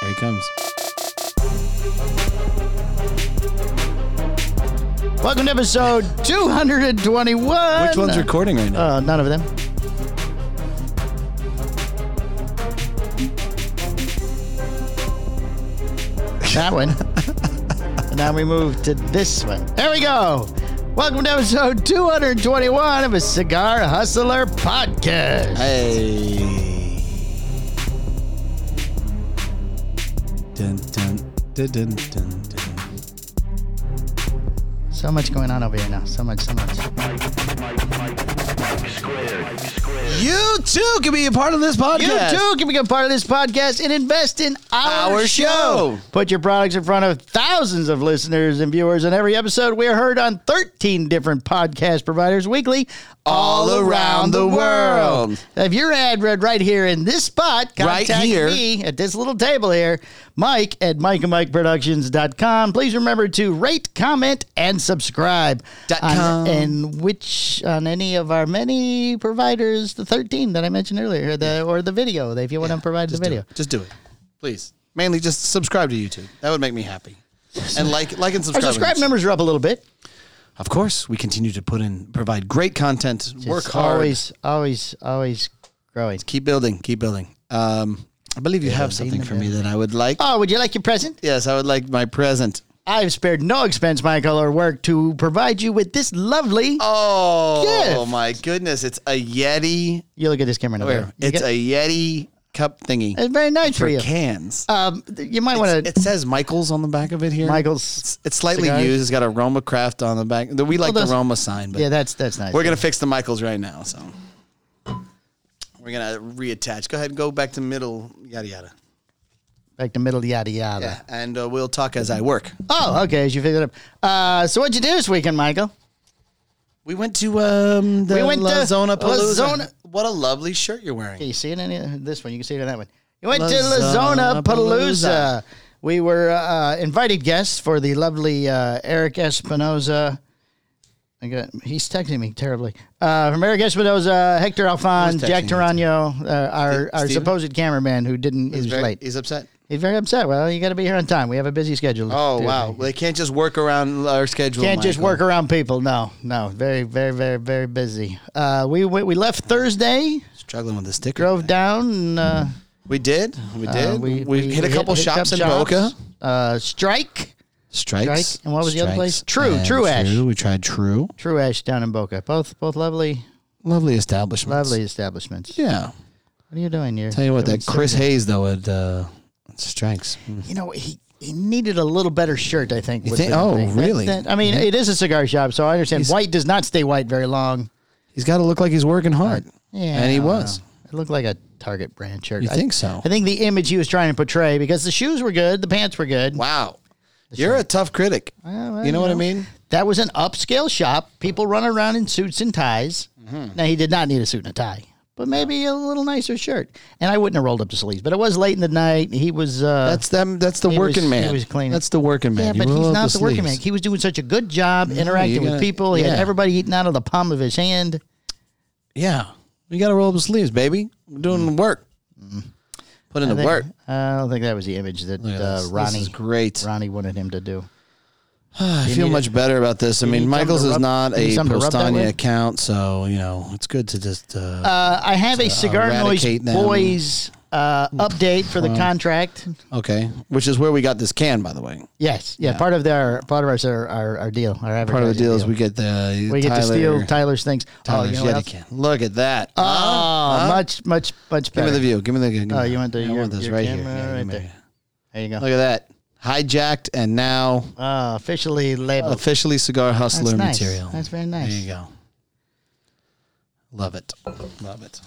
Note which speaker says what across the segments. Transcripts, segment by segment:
Speaker 1: Here he comes.
Speaker 2: Welcome to episode 221.
Speaker 1: Which one's recording right now?
Speaker 2: Uh, none of them. That one. and now we move to this one. There we go. Welcome to episode 221 of a Cigar Hustler podcast.
Speaker 1: Uh, Hey. Dun, dun, dun, dun, dun, dun.
Speaker 2: So much going on over here now. So much, so much.
Speaker 1: You too can be a part of this podcast.
Speaker 2: You too can become part of this podcast and invest in our,
Speaker 1: Our
Speaker 2: show.
Speaker 1: show.
Speaker 2: Put your products in front of thousands of listeners and viewers on every episode. We are heard on 13 different podcast providers weekly,
Speaker 1: All around the world.
Speaker 2: If your ad read right here in this spot,
Speaker 1: Right
Speaker 2: contact
Speaker 1: here.
Speaker 2: me at this little table here, Mike at MikeandMikeProductions.com. Please remember to rate, comment, and subscribe.
Speaker 1: Dot
Speaker 2: on-
Speaker 1: com.
Speaker 2: and which on any of our many providers, the 13 that I mentioned earlier, the or the video, if you want to provide the
Speaker 1: Just do
Speaker 2: video.
Speaker 1: it. Just do it. Please. Mainly just subscribe to YouTube. That would make me happy. And like like and
Speaker 2: Our
Speaker 1: subscribe.
Speaker 2: subscribe numbers are up a little bit.
Speaker 1: Of course, we continue to put in provide great content, work
Speaker 2: It's
Speaker 1: hard.
Speaker 2: Always, always, always growing.
Speaker 1: Keep building, keep building. Um, I believe you have something for me that I would like.
Speaker 2: Oh, would you like your present?
Speaker 1: Yes, I would like my present.
Speaker 2: I've spared no expense, Michael, or work to provide you with this lovely.
Speaker 1: Oh
Speaker 2: Gift.
Speaker 1: my goodness! It's a Yeti.
Speaker 2: You look at this camera now.
Speaker 1: Where?
Speaker 2: You
Speaker 1: It's
Speaker 2: get-
Speaker 1: a Yeti cup thingy
Speaker 2: it's very nice for
Speaker 1: for
Speaker 2: you.
Speaker 1: cans.
Speaker 2: Um, th- you might want to
Speaker 1: it says Michaels on the back of it here.
Speaker 2: Michael's.
Speaker 1: It's, it's slightly
Speaker 2: Cigars?
Speaker 1: used. It's got a Roma Craft on the back. We like
Speaker 2: those-
Speaker 1: the Roma sign, but
Speaker 2: Yeah, that's that's nice.
Speaker 1: we're gonna fix the Michaels right now. So we're gonna reattach. Go ahead and go back to middle. Yada yada.
Speaker 2: back to middle yada yada.
Speaker 1: Yeah, and uh, we'll talk as I work.
Speaker 2: Oh, okay. As you figured it up. Uh, so what'd you do this weekend, Michael?
Speaker 1: We went to um the
Speaker 2: We went to
Speaker 1: La Zona
Speaker 2: Lazona-
Speaker 1: Palooza. What a lovely shirt you're wearing.
Speaker 2: Can you see it in any- this one? You can see it in that one. You went to
Speaker 1: Lazona
Speaker 2: Lazona Palooza.
Speaker 1: Palooza.
Speaker 2: We were uh, invited guests for the lovely uh, Eric Espinoza. I got, he's texting me terribly. Uh, from Eric Espinoza, Hector Alphonse,
Speaker 1: texting
Speaker 2: Jack
Speaker 1: you?
Speaker 2: Tarano, uh, our, our
Speaker 1: Steven?
Speaker 2: supposed cameraman who didn't, he was
Speaker 1: Very-
Speaker 2: late.
Speaker 1: He's upset.
Speaker 2: He's very upset. Well, you got to be here on time. We have a busy schedule.
Speaker 1: Oh
Speaker 2: Dude,
Speaker 1: wow! They can't just work around our schedule.
Speaker 2: Can't just
Speaker 1: Michael.
Speaker 2: work around people. No, no. Very, very, very, very busy. Uh, we, we, we left Thursday,
Speaker 1: Struggling with the sticker.
Speaker 2: drove down, and. Uh,
Speaker 1: We did. We did.
Speaker 2: Uh,
Speaker 1: we, hit a couple
Speaker 2: hit
Speaker 1: shops in
Speaker 2: shops.
Speaker 1: Boca.
Speaker 2: Uh, Strike,
Speaker 1: Strikes.
Speaker 2: Strike. And what was the other
Speaker 1: Strikes
Speaker 2: place? True,
Speaker 1: and
Speaker 2: True Ash.
Speaker 1: True. We tried True.
Speaker 2: True Ash down in Boca. Both both lovely,
Speaker 1: Lovely establishment.
Speaker 2: lovely establishments.
Speaker 1: Yeah.
Speaker 2: What are you doing here?
Speaker 1: Tell you what,
Speaker 2: Doing
Speaker 1: that Chris
Speaker 2: something-
Speaker 1: Hayes though at, uh, at Strikes. Mm.
Speaker 2: You know he. He needed a little better shirt, I think. would
Speaker 1: think-
Speaker 2: be the
Speaker 1: oh,
Speaker 2: thing.
Speaker 1: really?
Speaker 2: That- that- I mean, it is a cigar shop, so I understand. white does not stay white very long.
Speaker 1: He's got to look like he's working hard.
Speaker 2: Yeah,
Speaker 1: And
Speaker 2: I
Speaker 1: he
Speaker 2: don't
Speaker 1: was.
Speaker 2: know. It looked like a Target brand shirt.
Speaker 1: You
Speaker 2: I,
Speaker 1: think so?
Speaker 2: I think the image he was trying to portray, because the shoes were good, the pants were good.
Speaker 1: Wow. You're a tough critic.
Speaker 2: well,
Speaker 1: you know
Speaker 2: you
Speaker 1: what I
Speaker 2: know.
Speaker 1: mean?
Speaker 2: That was an upscale shop. People run around in suits and ties.
Speaker 1: Mm-hmm.
Speaker 2: Now he did not need a suit and a tie, but maybe a little nicer shirt. And I wouldn't have rolled up the sleeves. But it was late in the night. He was. Uh,
Speaker 1: That's them. That's the
Speaker 2: He was-
Speaker 1: working man.
Speaker 2: he was cleaning.
Speaker 1: That's the working
Speaker 2: yeah,
Speaker 1: man. You
Speaker 2: but
Speaker 1: roll
Speaker 2: he's
Speaker 1: up
Speaker 2: not the, working man.
Speaker 1: sleeves.
Speaker 2: He was doing such a good job interacting with
Speaker 1: gotta-
Speaker 2: people. He had
Speaker 1: yeah.
Speaker 2: everybody eating out of the palm of his hand.
Speaker 1: Yeah, we got to roll up the sleeves, baby. We're doing the work. Put in
Speaker 2: I
Speaker 1: the
Speaker 2: think- uh,
Speaker 1: work.
Speaker 2: I don't think that was the image that
Speaker 1: Yeah,
Speaker 2: uh,
Speaker 1: this-
Speaker 2: Ronnie
Speaker 1: this is great.
Speaker 2: Ronnie wanted him to do.
Speaker 1: Ah, I feel
Speaker 2: need
Speaker 1: much better about this. I mean,
Speaker 2: need
Speaker 1: Michaels
Speaker 2: something to
Speaker 1: is
Speaker 2: rub-
Speaker 1: not
Speaker 2: you need
Speaker 1: a
Speaker 2: something to rub that
Speaker 1: Postania
Speaker 2: with?
Speaker 1: account, so you know it's good to just. Uh,
Speaker 2: Uh, I have a cigar noise
Speaker 1: eradicate them.
Speaker 2: boys uh, update for the contract.
Speaker 1: okay, which is where we got this can, by the way.
Speaker 2: Yes, yeah, Part of their part of our our, our deal, our
Speaker 1: Part of the
Speaker 2: advertising
Speaker 1: deal is we get the
Speaker 2: We get to
Speaker 1: Tyler-
Speaker 2: steal Tyler's things.
Speaker 1: Tyler's
Speaker 2: oh, you know what
Speaker 1: Yeti
Speaker 2: else?
Speaker 1: can. Look at that.
Speaker 2: Oh, much, much, much
Speaker 1: give
Speaker 2: better.
Speaker 1: me the view. Give me the. Give me
Speaker 2: Oh,
Speaker 1: the-
Speaker 2: you want the-
Speaker 1: I
Speaker 2: your-
Speaker 1: want this
Speaker 2: your
Speaker 1: right here.
Speaker 2: camera
Speaker 1: Yeah,
Speaker 2: right
Speaker 1: give me-
Speaker 2: there. there you go.
Speaker 1: Look at that. Hijacked and now
Speaker 2: Ah, officially labeled.
Speaker 1: officially cigar
Speaker 2: That's
Speaker 1: hustler
Speaker 2: nice.
Speaker 1: material.
Speaker 2: That's very
Speaker 1: There
Speaker 2: nice.
Speaker 1: you go. Love it. Love it.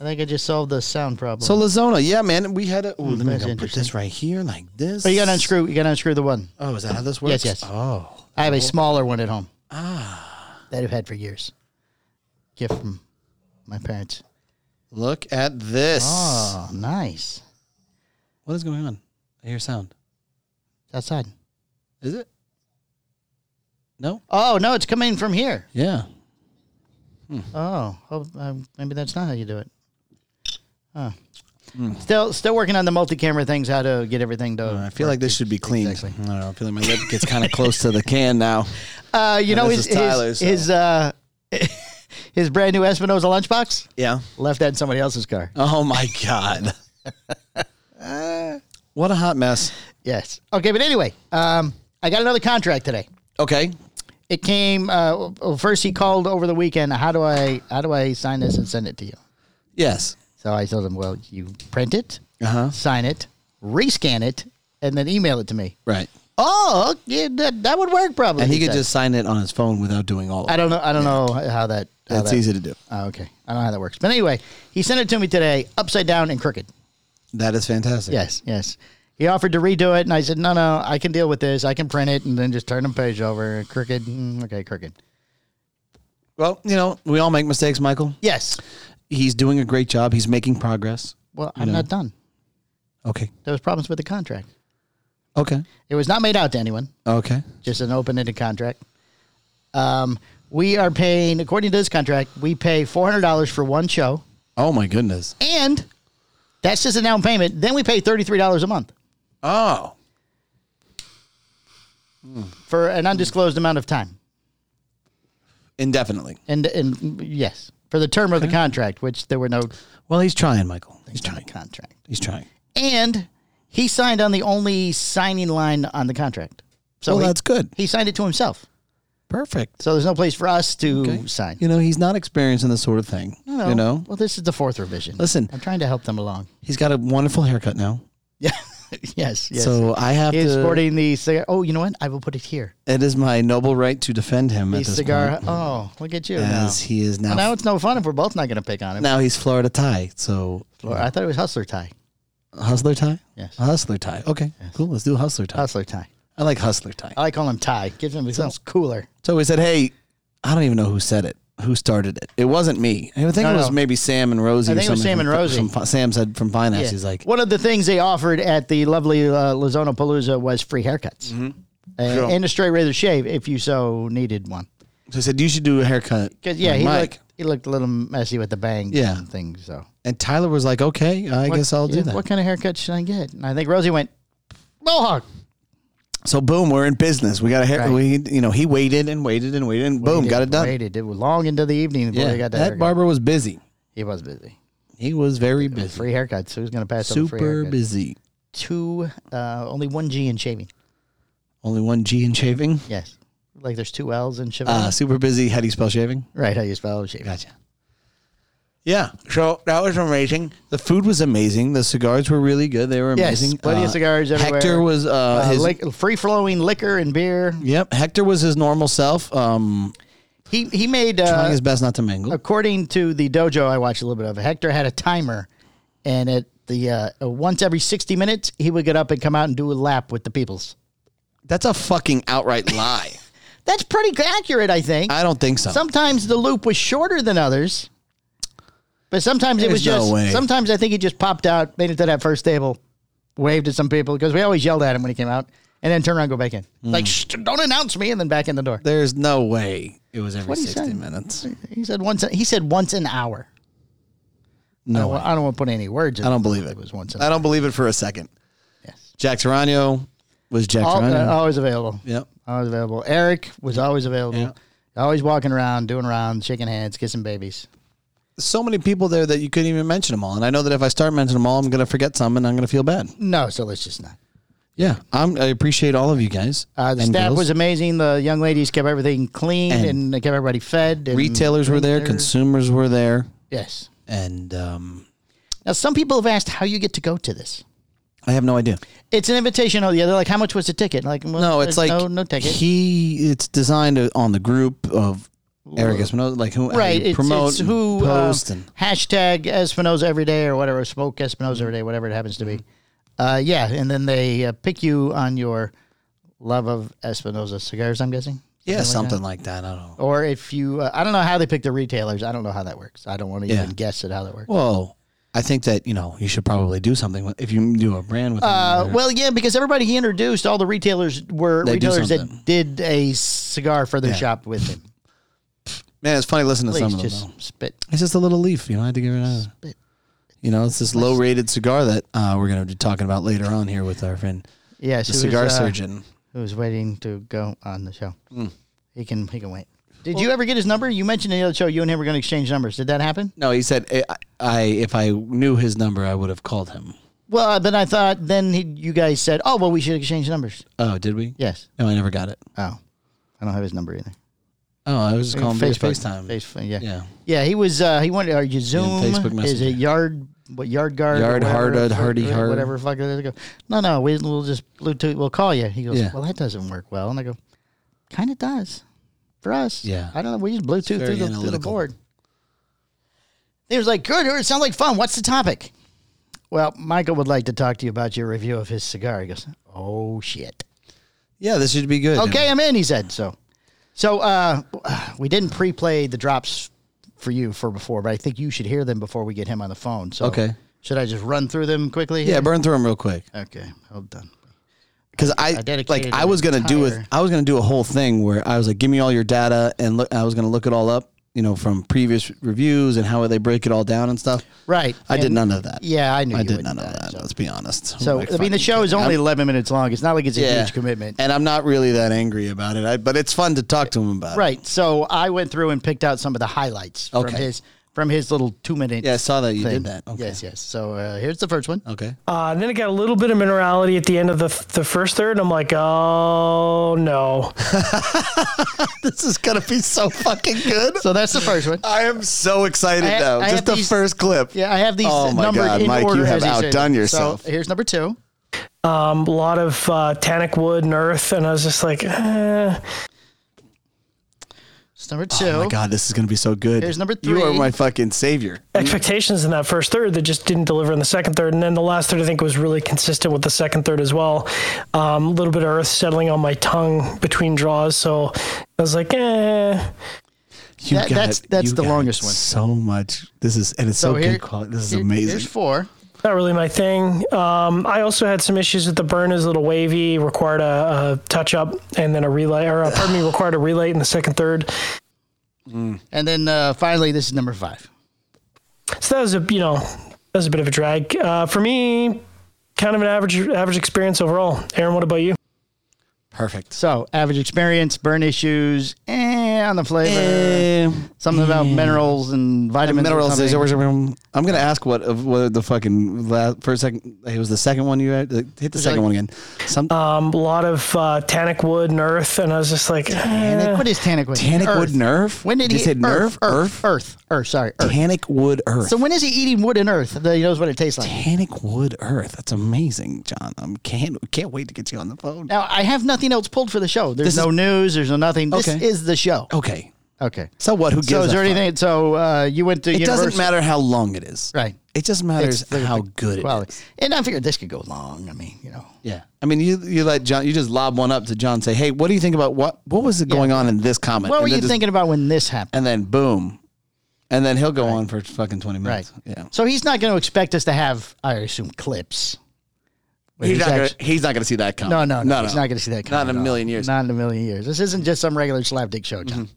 Speaker 2: I think I just solved the sound problem.
Speaker 1: Oh. So Lazona, yeah, man, we had a. Ooh, let me
Speaker 2: Mm, that's
Speaker 1: go put
Speaker 2: interesting.
Speaker 1: this right here like this.
Speaker 2: oh, you gotta unscrew. You gotta unscrew the one.
Speaker 1: Oh, is that how this works?
Speaker 2: yes.
Speaker 1: Oh,
Speaker 2: I have a smaller one at home. Ah, that I've had for years. Gift from my parents.
Speaker 1: look at this. Ah.
Speaker 2: Oh, nice.
Speaker 1: What is going on? I hear sound.
Speaker 2: It's outside.
Speaker 1: Is it? No.
Speaker 2: Oh no, it's coming from here.
Speaker 1: Yeah.
Speaker 2: Oh, oh um, maybe that's not how you do it. Huh.
Speaker 1: Hmm.
Speaker 2: Still, still working on the multi-camera things. How to get everything to.
Speaker 1: I feel like this should be cleaned.
Speaker 2: Exactly.
Speaker 1: I don't know. I feel like my lip gets kind of close to the can now.
Speaker 2: Uh, you know
Speaker 1: this
Speaker 2: his
Speaker 1: is Tyler,
Speaker 2: his,
Speaker 1: so-
Speaker 2: his uh his brand new Espinosa lunchbox
Speaker 1: Yeah.
Speaker 2: left that in somebody else's car.
Speaker 1: Oh my god. what a hot mess.
Speaker 2: Yes. Okay, but anyway, um, I got another contract today.
Speaker 1: Okay.
Speaker 2: It came uh, well, first. He called over the weekend. How do I how do I sign this and send it to you?
Speaker 1: Yes.
Speaker 2: So I told him, well, you print it,
Speaker 1: Uh-huh.
Speaker 2: sign it, rescan it, and then email it to me.
Speaker 1: Right.
Speaker 2: Oh, yeah, that, that would work probably.
Speaker 1: And he, could
Speaker 2: said.
Speaker 1: just sign it on his phone without doing all of
Speaker 2: I
Speaker 1: it.
Speaker 2: don't know. I don't know how that. How
Speaker 1: That's
Speaker 2: that,
Speaker 1: easy to do.
Speaker 2: Oh, okay. I don't know how that works. But anyway, he sent it to me today, upside down and crooked.
Speaker 1: That is fantastic.
Speaker 2: Yes, yes. He offered to redo it, and I said, "No, no, I can deal with this. I can print it, and then just turn the page over. Crooked, mm, okay, crooked.
Speaker 1: Well, you know, we all make mistakes, Michael.
Speaker 2: Yes.
Speaker 1: He's doing a great job. He's making progress.
Speaker 2: Well, I'm not done.
Speaker 1: Okay.
Speaker 2: There was problems with the contract.
Speaker 1: Okay.
Speaker 2: It was not made out to anyone.
Speaker 1: Okay.
Speaker 2: Just an open-ended contract. Um, we are paying, according to this contract, we pay four hundred dollars for one show,
Speaker 1: Oh my goodness.
Speaker 2: and that's just a down payment. Then we pay thirty-three dollars a month
Speaker 1: Oh.
Speaker 2: for an undisclosed amount of time.
Speaker 1: Indefinitely.
Speaker 2: And and yes, for the term of the contract, which there were no
Speaker 1: Well, he's trying, Michael. He's trying.
Speaker 2: contract.
Speaker 1: He's trying.
Speaker 2: and he signed on the only signing line on the contract. So
Speaker 1: well,
Speaker 2: he,
Speaker 1: that's good.
Speaker 2: he signed it to himself.
Speaker 1: Perfect.
Speaker 2: So there's no place for us to sign.
Speaker 1: You know, he's not experiencing this sort of thing. You know,
Speaker 2: Well, this is the fourth revision.
Speaker 1: Listen.
Speaker 2: I'm trying to help them along.
Speaker 1: he's got a wonderful haircut now.
Speaker 2: Yeah. yes. Yes.
Speaker 1: So uh, I have
Speaker 2: he is
Speaker 1: to.
Speaker 2: sporting the cigar. Oh, you know what? I will put it here.
Speaker 1: it is my noble right to defend him
Speaker 2: The
Speaker 1: at this
Speaker 2: cigar.
Speaker 1: point,
Speaker 2: Oh, look at you now.
Speaker 1: as he is now.
Speaker 2: Now it's no fun if we're both not going to pick on him.
Speaker 1: now he's Florida tie. So
Speaker 2: Or I thought it was hustler tie.
Speaker 1: hustler tie.
Speaker 2: Yes.
Speaker 1: A hustler tie. Okay, cool. Let's do a hustler tie.
Speaker 2: Hustler tie.
Speaker 1: I like hustler tie.
Speaker 2: I like calling him tie. Gives him sounds cooler.
Speaker 1: So we said, hey, I don't even know who said it. Who started it? It wasn't me. I think
Speaker 2: No,
Speaker 1: it was
Speaker 2: no.
Speaker 1: maybe Sam and Rosie.
Speaker 2: I think
Speaker 1: or
Speaker 2: it was
Speaker 1: something
Speaker 2: Sam
Speaker 1: from-
Speaker 2: and Rosie.
Speaker 1: from Fi- Sam said from Pine House.
Speaker 2: Yeah.
Speaker 1: He's like,
Speaker 2: one of the things they offered at the lovely uh, Lozano Palooza was free haircuts and,
Speaker 1: Mm-hmm. Sure.
Speaker 2: and a straight razor shave if you so needed one.
Speaker 1: so I said you should do a haircut.
Speaker 2: Because yeah,
Speaker 1: with
Speaker 2: he
Speaker 1: Mike.
Speaker 2: looked he looked a little messy with the bangs
Speaker 1: Yeah.
Speaker 2: and things. So
Speaker 1: And Tyler was like, okay, I guess I'll do
Speaker 2: Yeah,
Speaker 1: that.
Speaker 2: What kind of haircut should I get? And I think Rosie went mohawk.
Speaker 1: So boom, we're in business. We got a hair.
Speaker 2: Right.
Speaker 1: We you know he waited and waited and waited and boom,
Speaker 2: He
Speaker 1: got it done.
Speaker 2: waited. It was long into the evening before
Speaker 1: Yeah,
Speaker 2: he got
Speaker 1: that
Speaker 2: that. haircut.
Speaker 1: barber was busy.
Speaker 2: he was busy.
Speaker 1: He was very busy,
Speaker 2: Free haircuts. Who's going to pass up a free
Speaker 1: super
Speaker 2: haircut?
Speaker 1: busy.
Speaker 2: Two, uh, only one G in shaving.
Speaker 1: Only one G in shaving.
Speaker 2: Yes, like there's two L's in shaving.
Speaker 1: Uh, super busy. How do you spell shaving?
Speaker 2: right, how you spell shaving?
Speaker 1: Gotcha. Yeah. So that was amazing. The food was amazing. The cigars were really good. They were
Speaker 2: Yes,
Speaker 1: amazing.
Speaker 2: plenty of cigars
Speaker 1: Hector
Speaker 2: everywhere.
Speaker 1: was uh, his.
Speaker 2: free flowing liquor and beer.
Speaker 1: yep. Hector was his normal self. Um,
Speaker 2: He he made
Speaker 1: trying
Speaker 2: uh,
Speaker 1: his best not to mingle.
Speaker 2: according to the dojo I watched a little bit of. Hector had a timer, and at the uh, once every sixty minutes he would get up and come out and do a lap with the peoples.
Speaker 1: That's a fucking outright lie.
Speaker 2: That's pretty accurate, I think.
Speaker 1: I don't think so.
Speaker 2: sometimes the loop was shorter than others, but sometimes it was
Speaker 1: There's no
Speaker 2: just.
Speaker 1: way.
Speaker 2: Sometimes I think he just popped out, made it to that first table, waved at some people because we always yelled at him when he came out, and then turned around, and go back in,
Speaker 1: Hmm.
Speaker 2: like Shh, don't announce me, and then back in the door.
Speaker 1: There's no way it was every
Speaker 2: What'd he
Speaker 1: 60
Speaker 2: say?
Speaker 1: minutes.
Speaker 2: He said once. He said once an hour. I
Speaker 1: No,
Speaker 2: don't,
Speaker 1: way.
Speaker 2: wa- I don't want to put any words. In
Speaker 1: I don't believe it.
Speaker 2: It was once. An
Speaker 1: I don't believe it for a second.
Speaker 2: Yes.
Speaker 1: Jack Tarano was Jack
Speaker 2: All,
Speaker 1: Tarano.
Speaker 2: uh, always available.
Speaker 1: yep.
Speaker 2: Always available. Eric was always available.
Speaker 1: Yeah.
Speaker 2: Always walking around, doing rounds, shaking hands, kissing babies.
Speaker 1: So many people there that you couldn't even mention them all. And I know that if I start mentioning them all, I'm going to forget some and I'm going to feel bad.
Speaker 2: No, so let's just not.
Speaker 1: Yeah. I'm, I appreciate all of you guys.
Speaker 2: Uh, the
Speaker 1: and
Speaker 2: staff
Speaker 1: girls.
Speaker 2: was amazing. The young ladies kept everything clean and,
Speaker 1: And
Speaker 2: they kept everybody fed. And
Speaker 1: Retailers were there,
Speaker 2: drinkers.
Speaker 1: consumers were there.
Speaker 2: yes.
Speaker 1: And um,
Speaker 2: Now, some people have asked how you get to go to this.
Speaker 1: I have no idea.
Speaker 2: It's an invitation only. They're like, how much was the ticket? Like, well,
Speaker 1: No, it's
Speaker 2: there's
Speaker 1: like
Speaker 2: no, no ticket.
Speaker 1: he, it's designed uh, on the group of Eric Espinosa, like who how
Speaker 2: right.
Speaker 1: you
Speaker 2: It's,
Speaker 1: promote,
Speaker 2: it's
Speaker 1: and
Speaker 2: who
Speaker 1: post,
Speaker 2: uh,
Speaker 1: and
Speaker 2: hashtag Espinosa every day or whatever, spoke Espinosa every day, whatever it happens to be. Uh, yeah, and then they uh, pick you on your love of Espinosa cigars. I'm guessing.
Speaker 1: yeah, something like that. I don't know.
Speaker 2: Or if you, uh, I don't know how they pick the retailers. I don't know how that works. I don't want to
Speaker 1: Yeah.
Speaker 2: even guess at how that works.
Speaker 1: Well, I think that you know you should probably do something with, if you do a brand with.
Speaker 2: Uh,
Speaker 1: them.
Speaker 2: well, yeah, because everybody he introduced, all the retailers were
Speaker 1: They do
Speaker 2: retailers
Speaker 1: something.
Speaker 2: that did a cigar for their shop with him.
Speaker 1: man, it's funny listening to
Speaker 2: Please
Speaker 1: some of them.
Speaker 2: just
Speaker 1: though.
Speaker 2: spit.
Speaker 1: It's just a little leaf, you know. I had to give it. A,
Speaker 2: Spit.
Speaker 1: You know, it's this low rated cigar that uh, we're going to be talking about later on here with our friend,
Speaker 2: Yes,
Speaker 1: the
Speaker 2: who is,
Speaker 1: cigar
Speaker 2: uh,
Speaker 1: surgeon.
Speaker 2: Who's waiting to go on the show? He can. He can wait. Did you ever get his number? You mentioned in the other show you and him were going to exchange numbers. Did that happen?
Speaker 1: No, he said, I, I if I knew his number, I would have called him.
Speaker 2: Well, uh, then I thought. Then he, you guys said, "Oh, well, we should exchange numbers."
Speaker 1: Oh, did we?
Speaker 2: Yes.
Speaker 1: No, I never got it.
Speaker 2: Oh, I don't have his number either.
Speaker 1: Oh, I was just calling him via
Speaker 2: Facebook.
Speaker 1: FaceTime.
Speaker 2: Face- yeah. yeah,
Speaker 1: Yeah.
Speaker 2: He was. Uh, he wanted. Are you Zoom?
Speaker 1: Facebook
Speaker 2: is
Speaker 1: Messenger.
Speaker 2: it yard? What yard guard? or
Speaker 1: Yard
Speaker 2: whatever,
Speaker 1: harded,
Speaker 2: wha-
Speaker 1: hardy
Speaker 2: wha-
Speaker 1: hard.
Speaker 2: Whatever fuck it is. I go, No, no. We, we'll just Bluetooth. We'll call you. He goes.
Speaker 1: Yeah.
Speaker 2: Well, that doesn't work well. And I go, kind of does for us.
Speaker 1: Yeah.
Speaker 2: I don't know. We use Bluetooth
Speaker 1: very
Speaker 2: through the, through the
Speaker 1: analytical.
Speaker 2: board. He was like, good. It sounds like fun. What's the topic? Well, Michael would like to talk to you about your review of his cigar. He goes, oh shit.
Speaker 1: Yeah, this should be good.
Speaker 2: Okay, I'm in. He said so. So uh, we didn't pre-play the drops for you for before, but I think you should hear them before we get him on the phone. So
Speaker 1: Okay.
Speaker 2: should I just run through them quickly?
Speaker 1: Yeah,
Speaker 2: here?
Speaker 1: burn through them real quick.
Speaker 2: Okay, hold on.
Speaker 1: because I, like
Speaker 2: dedicated
Speaker 1: I
Speaker 2: an
Speaker 1: was gonna do with
Speaker 2: entire-
Speaker 1: I was gonna do a whole thing where I was like, give me all your data, and look, I was gonna look it all up, you know, from previous reviews and how they break it all down and stuff.
Speaker 2: Right.
Speaker 1: I did
Speaker 2: and-
Speaker 1: none of that.
Speaker 2: Yeah, I knew.
Speaker 1: I
Speaker 2: you
Speaker 1: did
Speaker 2: would
Speaker 1: none
Speaker 2: do
Speaker 1: of that. Let's be honest.
Speaker 2: So
Speaker 1: Like,
Speaker 2: I mean, the
Speaker 1: fuck.
Speaker 2: show is only 11 minutes long. It's not like it's a
Speaker 1: Yeah.
Speaker 2: huge commitment.
Speaker 1: and I'm not really that angry about it. I, but it's fun to talk to him about. It.
Speaker 2: Right. So I went through and picked out some of the highlights from
Speaker 1: Okay.
Speaker 2: his from his little two minute.
Speaker 1: Yeah, I saw that you did that. Okay.
Speaker 2: Yes, yes. So uh, here's the first one.
Speaker 1: Okay.
Speaker 3: Uh, and then it got a little bit of minerality at the end of the, the first third. And I'm like, oh no.
Speaker 1: this is gonna be so fucking good.
Speaker 2: So that's the first one.
Speaker 1: I am so excited
Speaker 2: I-
Speaker 1: now.
Speaker 2: I
Speaker 1: Just
Speaker 2: have
Speaker 1: the
Speaker 2: these-
Speaker 1: first clip.
Speaker 2: Yeah, I have these
Speaker 1: Oh my
Speaker 2: numbered
Speaker 1: God,
Speaker 2: in
Speaker 1: Mike, you
Speaker 2: order.
Speaker 1: have
Speaker 2: as they say
Speaker 1: outdone
Speaker 2: them.
Speaker 1: yourself.
Speaker 2: So here's number two.
Speaker 3: Um, a lot of uh, tannic wood and earth. And I was just like, eh.
Speaker 2: It's number two.
Speaker 1: Oh my god, this is gonna be so good.
Speaker 2: Here's number
Speaker 1: You are
Speaker 2: three.
Speaker 1: my fucking savior.
Speaker 3: expectations in that first third that just didn't deliver in the second third. And then the last third, I think, was really consistent with the second third as well. Um, A little bit of earth settling on my tongue between draws. So I was like, eh.
Speaker 1: You
Speaker 2: That- that's- that's
Speaker 1: you
Speaker 2: the
Speaker 1: got
Speaker 2: longest one.
Speaker 1: So much. This is and it's so,
Speaker 2: here-
Speaker 1: good quality. This is
Speaker 2: here-
Speaker 1: amazing.
Speaker 2: Here's four.
Speaker 3: not really my thing. Um, I also had some issues with the burn is a little wavy, required a, a touch up and then a relay, or uh, pardon me, required a relay in the second third.
Speaker 2: And then uh, finally, this is number five.
Speaker 3: So that was a you know that was a bit of a drag uh, for me. Kind of an average average experience overall. Aaron, what about you?
Speaker 1: Perfect.
Speaker 2: So average experience, burn issues, eh, on the flavor, something about minerals and
Speaker 1: Eh,
Speaker 2: vitamins. or
Speaker 1: minerals.
Speaker 2: something.
Speaker 1: I'm gonna ask what of what the fucking la first second. It was the second one you had. Hit the second
Speaker 2: like- Oh.
Speaker 1: one again. Some
Speaker 3: Um, a lot of uh, tannic wood and earth, and I was just like,
Speaker 2: Tannic-
Speaker 3: eh.
Speaker 2: What is tannic wood?
Speaker 1: Tannic wood nerve?
Speaker 2: When did
Speaker 1: You
Speaker 2: he
Speaker 1: said nerve?
Speaker 2: Earth, earth, earth, earth, Sorry, earth.
Speaker 1: tannic wood earth.
Speaker 2: So when is he eating wood and earth? That he knows what it tastes like.
Speaker 1: tannic wood earth. That's amazing, John. I can't can't wait to get you on the phone.
Speaker 2: Now I have nothing else pulled for the show. There's
Speaker 1: This
Speaker 2: no news. There's no nothing. This
Speaker 1: Okay.
Speaker 2: is the show.
Speaker 1: Okay.
Speaker 2: Okay.
Speaker 1: So what? Who gives?
Speaker 2: So is
Speaker 1: a
Speaker 2: there
Speaker 1: fuck?
Speaker 2: anything? So uh, you went to
Speaker 1: It doesn't
Speaker 2: university-
Speaker 1: matter how long it is.
Speaker 2: Right.
Speaker 1: It just
Speaker 2: It's
Speaker 1: matters
Speaker 2: the-
Speaker 1: how
Speaker 2: the
Speaker 1: good it
Speaker 2: quality.
Speaker 1: is.
Speaker 2: And I figured this could go long. I mean, you know.
Speaker 1: Yeah, I mean, you you let John, you just lob one up to John, say, "Hey, what do you think about what what was it going on in this comment?"
Speaker 2: What
Speaker 1: And
Speaker 2: were
Speaker 1: then
Speaker 2: you
Speaker 1: just-
Speaker 2: thinking about when this happened?
Speaker 1: And then boom, and then he'll go on for fucking twenty
Speaker 2: Right.
Speaker 1: minutes. Yeah,
Speaker 2: So he's not going to expect us to have, I assume, clips. Where
Speaker 1: he's, not gonna,
Speaker 2: actu-
Speaker 1: he's not gonna see that
Speaker 2: no,
Speaker 1: comment.
Speaker 2: no, no, He's not going to see
Speaker 1: Not
Speaker 2: that.
Speaker 1: in
Speaker 2: comment
Speaker 1: a
Speaker 2: at all.
Speaker 1: million years. Mm-hmm.
Speaker 2: Not in a million years. This isn't just some regular slapdick show, John.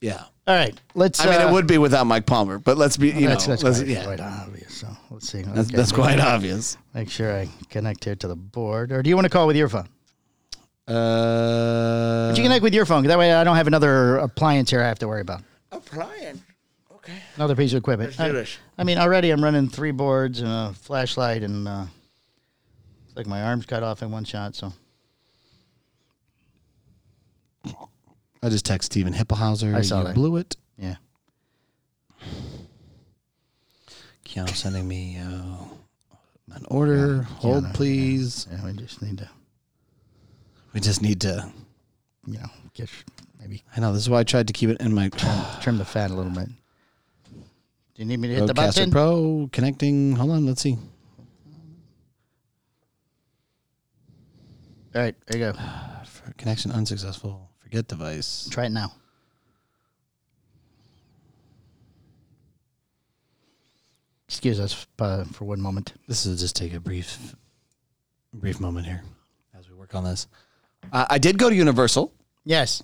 Speaker 1: Yeah,
Speaker 2: All right, let's.
Speaker 1: I mean,
Speaker 2: uh,
Speaker 1: it would be without Mike Palmer, but let's be you
Speaker 2: That's,
Speaker 1: know,
Speaker 2: that's
Speaker 1: let's-
Speaker 2: quite,
Speaker 1: yeah,
Speaker 2: quite obvious. So let's see.
Speaker 1: that's,
Speaker 2: Okay.
Speaker 1: that's quite obvious.
Speaker 2: Make sure I connect here to the board. Or do you want to call with your phone?
Speaker 1: Uh,
Speaker 2: Do you connect with your phone? That way I don't have another appliance here I have to worry about.
Speaker 1: appliance. Okay.
Speaker 2: Another piece of equipment.
Speaker 1: do
Speaker 2: I-
Speaker 1: this.
Speaker 2: I, mean, already I'm running three boards and a flashlight, and uh, it's like my arm's cut off in one shot. So
Speaker 1: I just text Steven Hippelhauser.
Speaker 2: I saw
Speaker 1: you
Speaker 2: that.
Speaker 1: Blew it.
Speaker 2: yeah,
Speaker 1: Keanu sending me uh, an order. Hold, please.
Speaker 2: yeah, we just need to,
Speaker 1: We just need to.
Speaker 2: you know, get maybe
Speaker 1: I know this is why I tried to keep it in my
Speaker 2: trim the fat a little bit. Do you need me to hit the
Speaker 1: Rodecaster
Speaker 2: button?
Speaker 1: Pro connecting. Hold on, let's see.
Speaker 2: All right, there you go.
Speaker 1: For- Connection unsuccessful. Forget device.
Speaker 2: Try it now. Excuse us uh, for one moment.
Speaker 1: This will just take a brief, brief moment here as we work on this. Uh, I did go to Universal.
Speaker 2: Yes.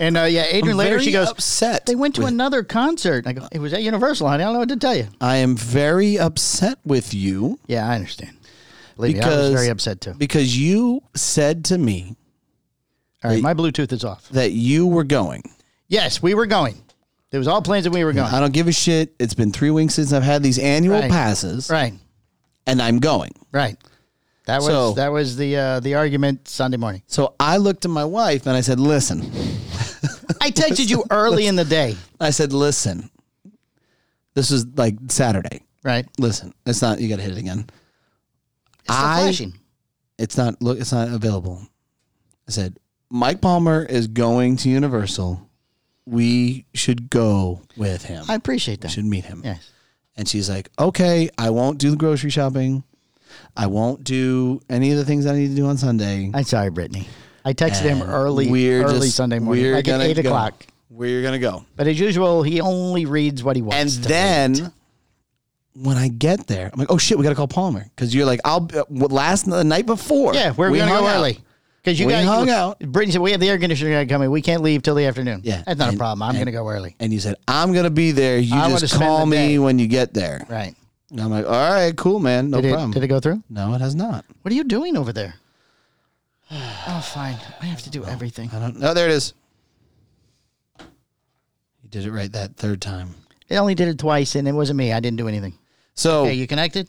Speaker 2: And uh, yeah, Adrian
Speaker 1: I'm
Speaker 2: later
Speaker 1: very
Speaker 2: she goes
Speaker 1: upset
Speaker 2: They went to
Speaker 1: with-
Speaker 2: another concert. And I go, it was at Universal. honey. I don't know what to tell you.
Speaker 1: I am very upset with you
Speaker 2: Yeah, I understand. Believe me, I was very upset too.
Speaker 1: because you said to me
Speaker 2: All right, my Bluetooth is off.
Speaker 1: that you were going.
Speaker 2: Yes, we were going. It was all plans that we were going.
Speaker 1: I don't give a shit. It's been three weeks since I've had these annual
Speaker 2: Right.
Speaker 1: passes,
Speaker 2: Right,
Speaker 1: and I'm going.
Speaker 2: right. That was
Speaker 1: So-
Speaker 2: that was the uh, the argument Sunday morning.
Speaker 1: So I looked at my wife and I said, "Listen."
Speaker 2: I texted you early in the day.
Speaker 1: I said, "Listen." This is like Saturday.
Speaker 2: Right.
Speaker 1: Listen, it's not. You got to hit it again.
Speaker 2: It's still
Speaker 1: I-
Speaker 2: flashing.
Speaker 1: It's not. Look, it's not available. I said, Mike Palmer is going to Universal. We should go with him.
Speaker 2: I appreciate that.
Speaker 1: should meet him.
Speaker 2: Yes.
Speaker 1: And she's like, okay, I won't do the grocery shopping. I won't do any of the things I need to do on Sunday.
Speaker 2: I'm sorry, Brittany. I texted him
Speaker 1: And
Speaker 2: early early
Speaker 1: just-
Speaker 2: Sunday morning, like at
Speaker 1: gonna
Speaker 2: eight
Speaker 1: go.
Speaker 2: o'clock.
Speaker 1: We're going to go.
Speaker 2: But as usual, he only reads what he wants.
Speaker 1: And
Speaker 2: to
Speaker 1: then
Speaker 2: read.
Speaker 1: when I get there, I'm like, oh shit, we got to call Palmer. Because you're like, I'll, uh, what, last, the night before.
Speaker 2: yeah, we're gonna
Speaker 1: hung
Speaker 2: go
Speaker 1: out.
Speaker 2: early because you
Speaker 1: We
Speaker 2: guys
Speaker 1: hung out.
Speaker 2: Brittany said we have the air conditioner guy coming. We can't leave till the afternoon.
Speaker 1: Yeah,
Speaker 2: that's not
Speaker 1: and-
Speaker 2: a problem. I'm
Speaker 1: and-
Speaker 2: gonna go early.
Speaker 1: And you said, I'm going to be there. You
Speaker 2: I wanna
Speaker 1: just
Speaker 2: spend
Speaker 1: call
Speaker 2: the
Speaker 1: me
Speaker 2: day."
Speaker 1: when you get there.
Speaker 2: Right?
Speaker 1: And I'm like, all right, cool, man. No
Speaker 2: Did
Speaker 1: problem.
Speaker 2: it, did it go through?
Speaker 1: no, it has not.
Speaker 2: What are you doing over there? oh, fine. I have to do everything.
Speaker 1: I don't know. There it is. You did it right that third time.
Speaker 2: They only did it twice, and it wasn't me. I didn't do anything.
Speaker 1: So,
Speaker 2: Okay, you connected?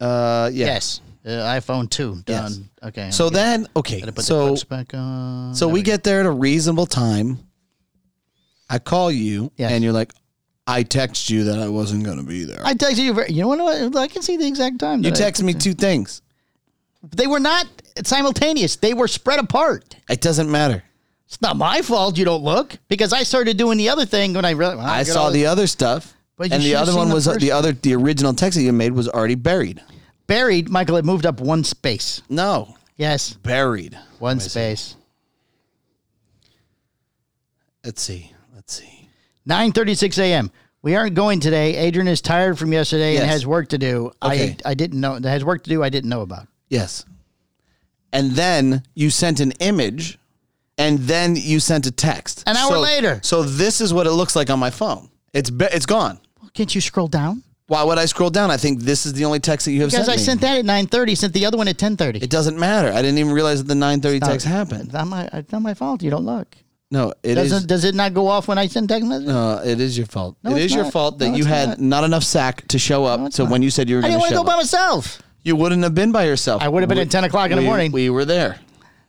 Speaker 1: uh, Oh. yeah.
Speaker 2: Yes. Uh, iPhone two done. Okay.
Speaker 1: So
Speaker 2: I'm gonna
Speaker 1: then, okay.
Speaker 2: put the
Speaker 1: So,
Speaker 2: clips back on.
Speaker 1: so we get there at a reasonable time. I call you,
Speaker 2: Yes.
Speaker 1: and you're like, I text you that I wasn't going to be there.
Speaker 2: I Mm-hmm. texted you. Very, you know what? I can see the exact time.
Speaker 1: you
Speaker 2: that I-
Speaker 1: text me two things.
Speaker 2: They were not simultaneous. They were spread apart.
Speaker 1: It doesn't matter.
Speaker 2: It's not my fault you don't look because I started doing the other thing when I really.
Speaker 1: I saw the other stuff,
Speaker 2: But you
Speaker 1: and the
Speaker 2: should've
Speaker 1: other
Speaker 2: seen
Speaker 1: one
Speaker 2: the
Speaker 1: was uh,
Speaker 2: first
Speaker 1: the other the original text that you made was already buried.
Speaker 2: buried. Michael had moved up one space.
Speaker 1: No,
Speaker 2: Yes,
Speaker 1: buried.
Speaker 2: one space.
Speaker 1: Let's see. Let's see.
Speaker 2: Nine thirty-six a.m. We aren't going today. Adrian is tired from yesterday and
Speaker 1: Yes.
Speaker 2: has work to do.
Speaker 1: Okay.
Speaker 2: I I didn't know has work to do. I didn't know about.
Speaker 1: Yes. And then you sent an image and then you sent a text.
Speaker 2: An hour
Speaker 1: So-
Speaker 2: later.
Speaker 1: So this is what it looks like on my phone. It's be, it's gone.
Speaker 2: Well, can't you scroll down?
Speaker 1: Why would I scroll down? I think this is the only text that you have
Speaker 2: Because
Speaker 1: sent
Speaker 2: I
Speaker 1: me.
Speaker 2: sent that at nine thirty. Sent the other one at ten thirty.
Speaker 1: It doesn't matter. I didn't even realize that the 9:30 text happened.
Speaker 2: It's not my it's not my fault. You don't look.
Speaker 1: No, it is.
Speaker 2: Doesn't does it not go off when I send text messages?
Speaker 1: uh, it is your fault. it
Speaker 2: it's
Speaker 1: is your
Speaker 2: not.
Speaker 1: fault that
Speaker 2: No,
Speaker 1: you
Speaker 2: it's
Speaker 1: had
Speaker 2: not.
Speaker 1: not. enough sack to show up. so when you said you were
Speaker 2: I
Speaker 1: going
Speaker 2: didn't
Speaker 1: to
Speaker 2: want to
Speaker 1: show
Speaker 2: go
Speaker 1: up,
Speaker 2: by myself.
Speaker 1: you wouldn't have been by yourself.
Speaker 2: I would have been
Speaker 1: We-
Speaker 2: at 10 o'clock in the
Speaker 1: we-
Speaker 2: morning.
Speaker 1: We were there.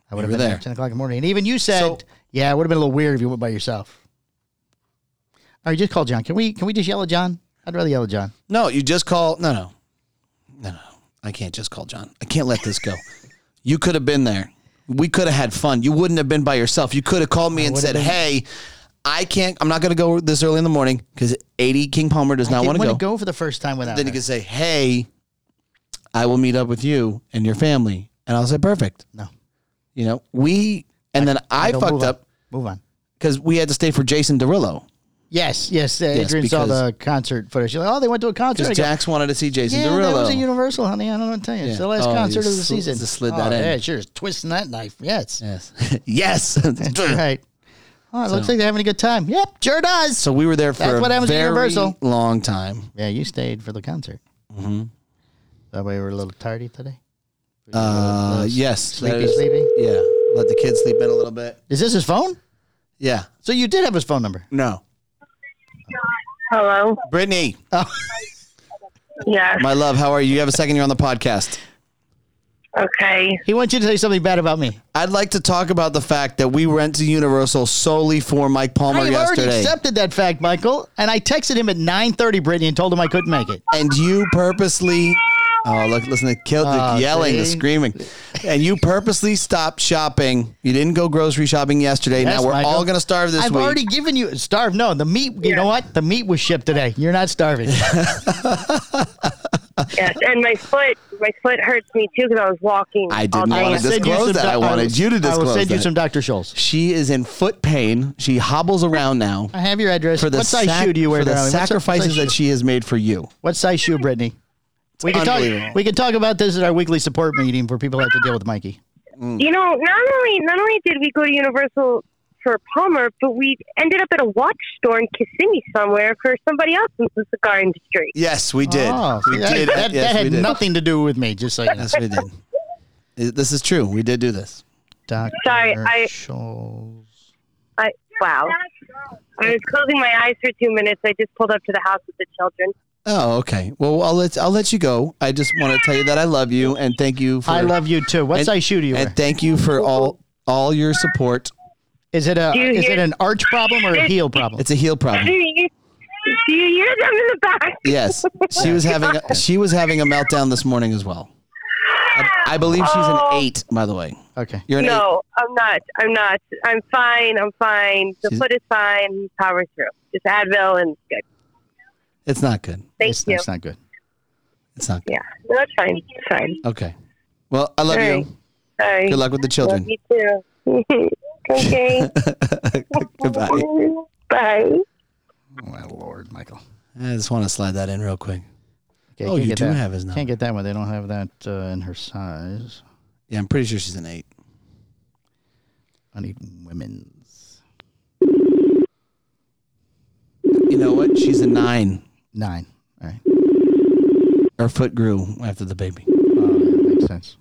Speaker 2: I would have
Speaker 1: were
Speaker 2: been
Speaker 1: there.
Speaker 2: there. 10 o'clock in the morning. And even you said,
Speaker 1: So-
Speaker 2: yeah, it would have been a little weird if you went by yourself. All right, just call John. Can we can we just yell at John? I'd rather yell at John.
Speaker 1: No, you just call. No, no, no, no. I can't just call John. I can't let this go. you could have been there. We could have had fun. You wouldn't have been by yourself. You could have called me and
Speaker 2: would've
Speaker 1: said, "Hey, I can't. I'm not going to go this early in the morning because 80 King Palmer does not
Speaker 2: I
Speaker 1: want to
Speaker 2: want
Speaker 1: go.
Speaker 2: to go for the first time without
Speaker 1: Then
Speaker 2: her.
Speaker 1: you could say, "Hey, I will meet up with you and your family," and I'll say, "Perfect."
Speaker 2: No.
Speaker 1: You know, we and then I,
Speaker 2: Go, move
Speaker 1: fucked
Speaker 2: on.
Speaker 1: up
Speaker 2: Move on.
Speaker 1: because we had to stay for Jason Derulo
Speaker 2: Yes, yes. Uh,
Speaker 1: Yes,
Speaker 2: Adrian saw
Speaker 1: because-
Speaker 2: the concert footage. She's like, oh, they went to a concert. I
Speaker 1: because
Speaker 2: go,
Speaker 1: Jax wanted to see Jason
Speaker 2: yeah,
Speaker 1: Derulo.
Speaker 2: that was a Universal, honey. I don't know what to tell you. It's
Speaker 1: Yeah.
Speaker 2: the last
Speaker 1: Oh, you
Speaker 2: concert of the
Speaker 1: sl-
Speaker 2: season.
Speaker 1: just slid
Speaker 2: oh,
Speaker 1: that in.
Speaker 2: Yeah, sure. It's twisting that knife. Yes.
Speaker 1: yes, yes.
Speaker 2: Right. Oh, it looks like they're having a good time. Yep, sure does.
Speaker 1: So we were there for
Speaker 2: That's
Speaker 1: a
Speaker 2: what happens at
Speaker 1: very
Speaker 2: Universal.
Speaker 1: long time.
Speaker 2: Yeah, you stayed for the concert. Mm-hmm. That way we're a little tardy today.
Speaker 1: Uh, yes,
Speaker 2: Sleepy,
Speaker 1: that is-
Speaker 2: sleepy.
Speaker 1: Yeah, let the kids sleep in a little bit.
Speaker 2: Is this his phone?
Speaker 1: Yeah,
Speaker 2: So you did have his phone number.
Speaker 1: no,
Speaker 4: Hello.
Speaker 1: Brittany,
Speaker 4: Yes.
Speaker 1: my love, how are you? You have a second. You're on the podcast.
Speaker 4: Okay.
Speaker 2: He wants you to say something bad about me.
Speaker 1: I'd like to talk about the fact that we went to Universal solely for Mike Palmer
Speaker 2: I have already
Speaker 1: yesterday,
Speaker 2: accepted that fact, Michael, and I texted him at 9:30, Brittany, and told him I couldn't make it.
Speaker 1: and you purposely. Oh, look! Listen to kill,
Speaker 2: Oh,
Speaker 1: the yelling, the
Speaker 2: see?
Speaker 1: screaming, and you purposely stopped shopping. You didn't go grocery shopping yesterday.
Speaker 2: Yes,
Speaker 1: now we're
Speaker 2: Michael.
Speaker 1: all gonna starve this
Speaker 2: I've
Speaker 1: week.
Speaker 2: already given you starve. No, the meat. You know what? The meat was shipped today. You're not starving.
Speaker 4: Yes. And my foot, my foot hurts me too because I was walking.
Speaker 1: I did
Speaker 4: all
Speaker 1: not
Speaker 4: day.
Speaker 1: want to
Speaker 2: Send you
Speaker 1: disclose
Speaker 2: some
Speaker 1: that.
Speaker 2: doc-
Speaker 1: I wanted
Speaker 2: will-
Speaker 1: you to
Speaker 2: I will
Speaker 1: disclose
Speaker 2: send you
Speaker 1: that.
Speaker 2: some Dr. Scholl's.
Speaker 1: She is in foot pain. She hobbles around now.
Speaker 2: I have your address.
Speaker 1: for the
Speaker 2: what size
Speaker 1: sac-
Speaker 2: shoe do you wear,
Speaker 1: for the
Speaker 2: darling? What si- what size
Speaker 1: sacrifices that she has made for you.
Speaker 2: What size shoe, Brittany? We can
Speaker 1: unbelievable.
Speaker 2: talk. We can talk about this at our weekly support meeting for people who have to deal with Mikey.
Speaker 4: You know, not only not only did we go to Universal for Palmer, but we ended up at a watch store in Kissimmee somewhere for somebody else in the cigar industry.
Speaker 1: Yes, we did.
Speaker 2: Oh,
Speaker 1: we
Speaker 2: see, that,
Speaker 1: did.
Speaker 2: That,
Speaker 1: yes,
Speaker 2: that
Speaker 1: we
Speaker 2: had
Speaker 1: did.
Speaker 2: nothing to do with me. Just like
Speaker 1: Yes, we did. It- This is true. We did do this.
Speaker 2: Doctor
Speaker 4: Sorry, I-
Speaker 2: Scholl's.
Speaker 4: I, wow. I was closing my eyes for two minutes. I just pulled up to the house with the children.
Speaker 1: Oh, okay. Well, I'll let I'll let you go. I just want to tell you that I love you and thank you for
Speaker 2: I love you too. What's
Speaker 1: And-
Speaker 2: I shoe to you?
Speaker 1: and thank you for all all your support.
Speaker 2: Is it a
Speaker 4: Do you
Speaker 2: is
Speaker 4: hear-
Speaker 2: it an arch problem or a heel problem?
Speaker 1: It's a heel
Speaker 4: Do
Speaker 1: problem.
Speaker 4: you, do you hear them in the back?
Speaker 1: Yes, she was having a, she was having a meltdown this morning as well. I, I believe she's an
Speaker 4: Oh.
Speaker 1: eight, by the way.
Speaker 2: Okay.
Speaker 1: You're an
Speaker 4: No, I'm not. I'm not. I'm fine. I'm fine. The
Speaker 1: She's-
Speaker 4: foot is fine. Power through. Just Advil and good.
Speaker 1: eight. It's not good.
Speaker 4: Thank
Speaker 2: It's,
Speaker 4: you.
Speaker 2: it's not good.
Speaker 1: It's not good.
Speaker 4: Yeah, no, it's fine. It's fine.
Speaker 1: Okay. Well, I love
Speaker 4: All right.
Speaker 1: you.
Speaker 4: Sorry.
Speaker 1: Good luck with the children.
Speaker 4: Me too. okay.
Speaker 1: Goodbye.
Speaker 4: Bye.
Speaker 2: Oh, my lord, Michael.
Speaker 1: I just want to slide that in real quick.
Speaker 2: Okay,
Speaker 1: Oh,
Speaker 2: can't
Speaker 1: you
Speaker 2: get
Speaker 1: do
Speaker 2: that.
Speaker 1: have his number.
Speaker 2: Can't get that one. They don't have that uh, in her size.
Speaker 1: Yeah, I'm pretty sure she's an eight.
Speaker 2: I need women's
Speaker 1: You know what? She's a nine.
Speaker 2: nine. All right.
Speaker 1: Her foot grew after the baby.
Speaker 2: Oh, that makes sense.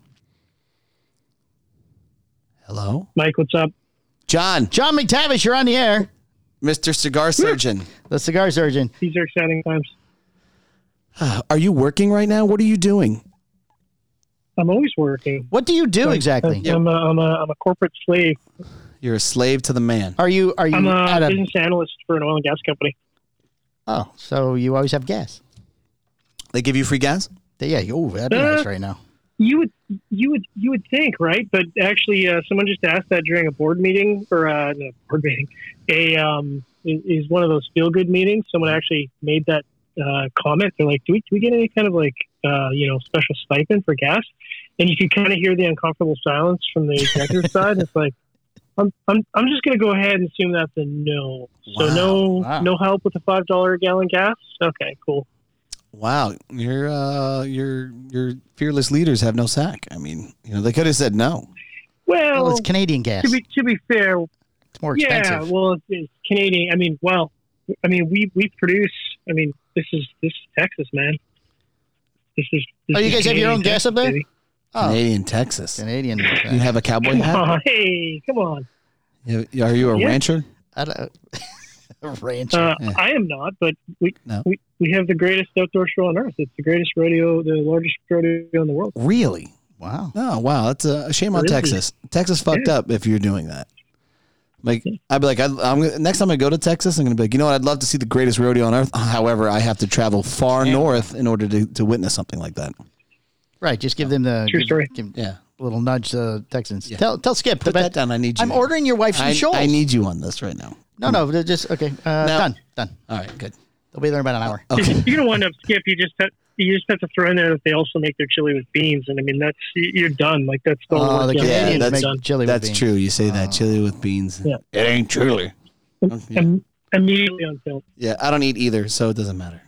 Speaker 1: Hello,
Speaker 5: Mike, what's up?
Speaker 1: John,
Speaker 2: John McTavish, you're on the air.
Speaker 1: Mr. Cigar Surgeon.
Speaker 2: The cigar surgeon.
Speaker 5: These are exciting times.
Speaker 1: Are you working right now? What are you doing?
Speaker 5: I'm always working.
Speaker 2: What do you do exactly?
Speaker 5: I'm, a, I'm, a, I'm a corporate slave.
Speaker 1: You're a slave to the man.
Speaker 2: Are you are you
Speaker 5: I'm
Speaker 1: uh,
Speaker 2: at
Speaker 5: a
Speaker 2: a
Speaker 5: business analyst for an oil and gas company.
Speaker 2: oh? So you always have gas.
Speaker 1: They give you free gas?
Speaker 2: Yeah. Oh, that'd be
Speaker 5: Uh,
Speaker 2: nice right now.
Speaker 5: You would you would you would think right, but actually, uh, someone just asked that during a board meeting or uh, no, board meeting. A um, is is one of those feel good meetings. Someone actually made that uh, comment. They're like, do we do we get any kind of like uh, you know special stipend for gas? And you could kind of hear the uncomfortable silence from the executive side. It's like. I'm, I'm, I'm just going to go ahead and assume that's a no. So
Speaker 1: Wow,
Speaker 5: no
Speaker 2: wow.
Speaker 5: no help with the five dollar a gallon gas. Okay, cool.
Speaker 1: Wow, your uh, your your fearless leaders have no sack. I mean, you know, they could have said no.
Speaker 5: Well,
Speaker 2: Well, it's Canadian gas.
Speaker 5: to be to be fair,
Speaker 2: It's more
Speaker 5: yeah.
Speaker 2: expensive.
Speaker 5: Well, it's, it's Canadian. I mean, well, I mean, we we produce. I mean, this is this is Texas, man. This is. This
Speaker 2: Oh, you
Speaker 5: is
Speaker 2: guys have your
Speaker 5: Canadian
Speaker 2: own gas
Speaker 5: Texas,
Speaker 2: up there?
Speaker 5: baby.
Speaker 2: Oh,
Speaker 1: Canadian, Texas.
Speaker 2: Canadian.
Speaker 1: You have a cowboy
Speaker 5: Come
Speaker 1: hat?
Speaker 5: on, hey, come on.
Speaker 1: You- Are you a
Speaker 5: Yeah.
Speaker 1: rancher?
Speaker 2: I don't, ranch.
Speaker 5: Uh,
Speaker 1: Yeah.
Speaker 5: I am not, but we
Speaker 1: No.
Speaker 5: we we have the greatest outdoor show on earth. It's the greatest rodeo, the largest rodeo in the world.
Speaker 1: Really?
Speaker 2: wow.
Speaker 1: Oh wow, that's a shame on
Speaker 5: Really?
Speaker 1: Texas. Texas fucked up if you're doing that. Like I'd be like, I, I'm gonna- next time I go to Texas, I'm gonna be like, you know what? I'd love to see the greatest rodeo on earth. However, I have to travel far north in order to, to witness something like that.
Speaker 2: Right. Just give them the
Speaker 5: True
Speaker 2: give-
Speaker 5: story.
Speaker 2: give a
Speaker 1: Yeah,
Speaker 2: little nudge to the Texans.
Speaker 1: Yeah.
Speaker 2: Tell tell Skip. the
Speaker 1: put
Speaker 2: bet-
Speaker 1: that down. I need you.
Speaker 2: I'm ordering your wife some
Speaker 1: I,
Speaker 2: Shoals.
Speaker 1: I need you on this right now.
Speaker 2: no, no. they're Just okay. Uh, Done. Done.
Speaker 1: All right, good.
Speaker 2: They'll be there in about an hour.
Speaker 1: Okay.
Speaker 5: You're gonna wind up skip. You just have, you just have to throw in there that they also make their chili with beans, and I mean that's you're done. Like that's the
Speaker 2: Oh,
Speaker 5: whole
Speaker 2: the
Speaker 5: yeah,
Speaker 2: Canadians
Speaker 1: that's-
Speaker 2: make
Speaker 5: done.
Speaker 2: chili. with
Speaker 1: That's
Speaker 2: beans.
Speaker 1: true. You say that
Speaker 2: Oh.
Speaker 1: chili with beans.
Speaker 5: Yeah.
Speaker 1: It ain't chili. Okay.
Speaker 5: Im- immediately on film.
Speaker 1: Yeah, I don't eat either, so it doesn't matter.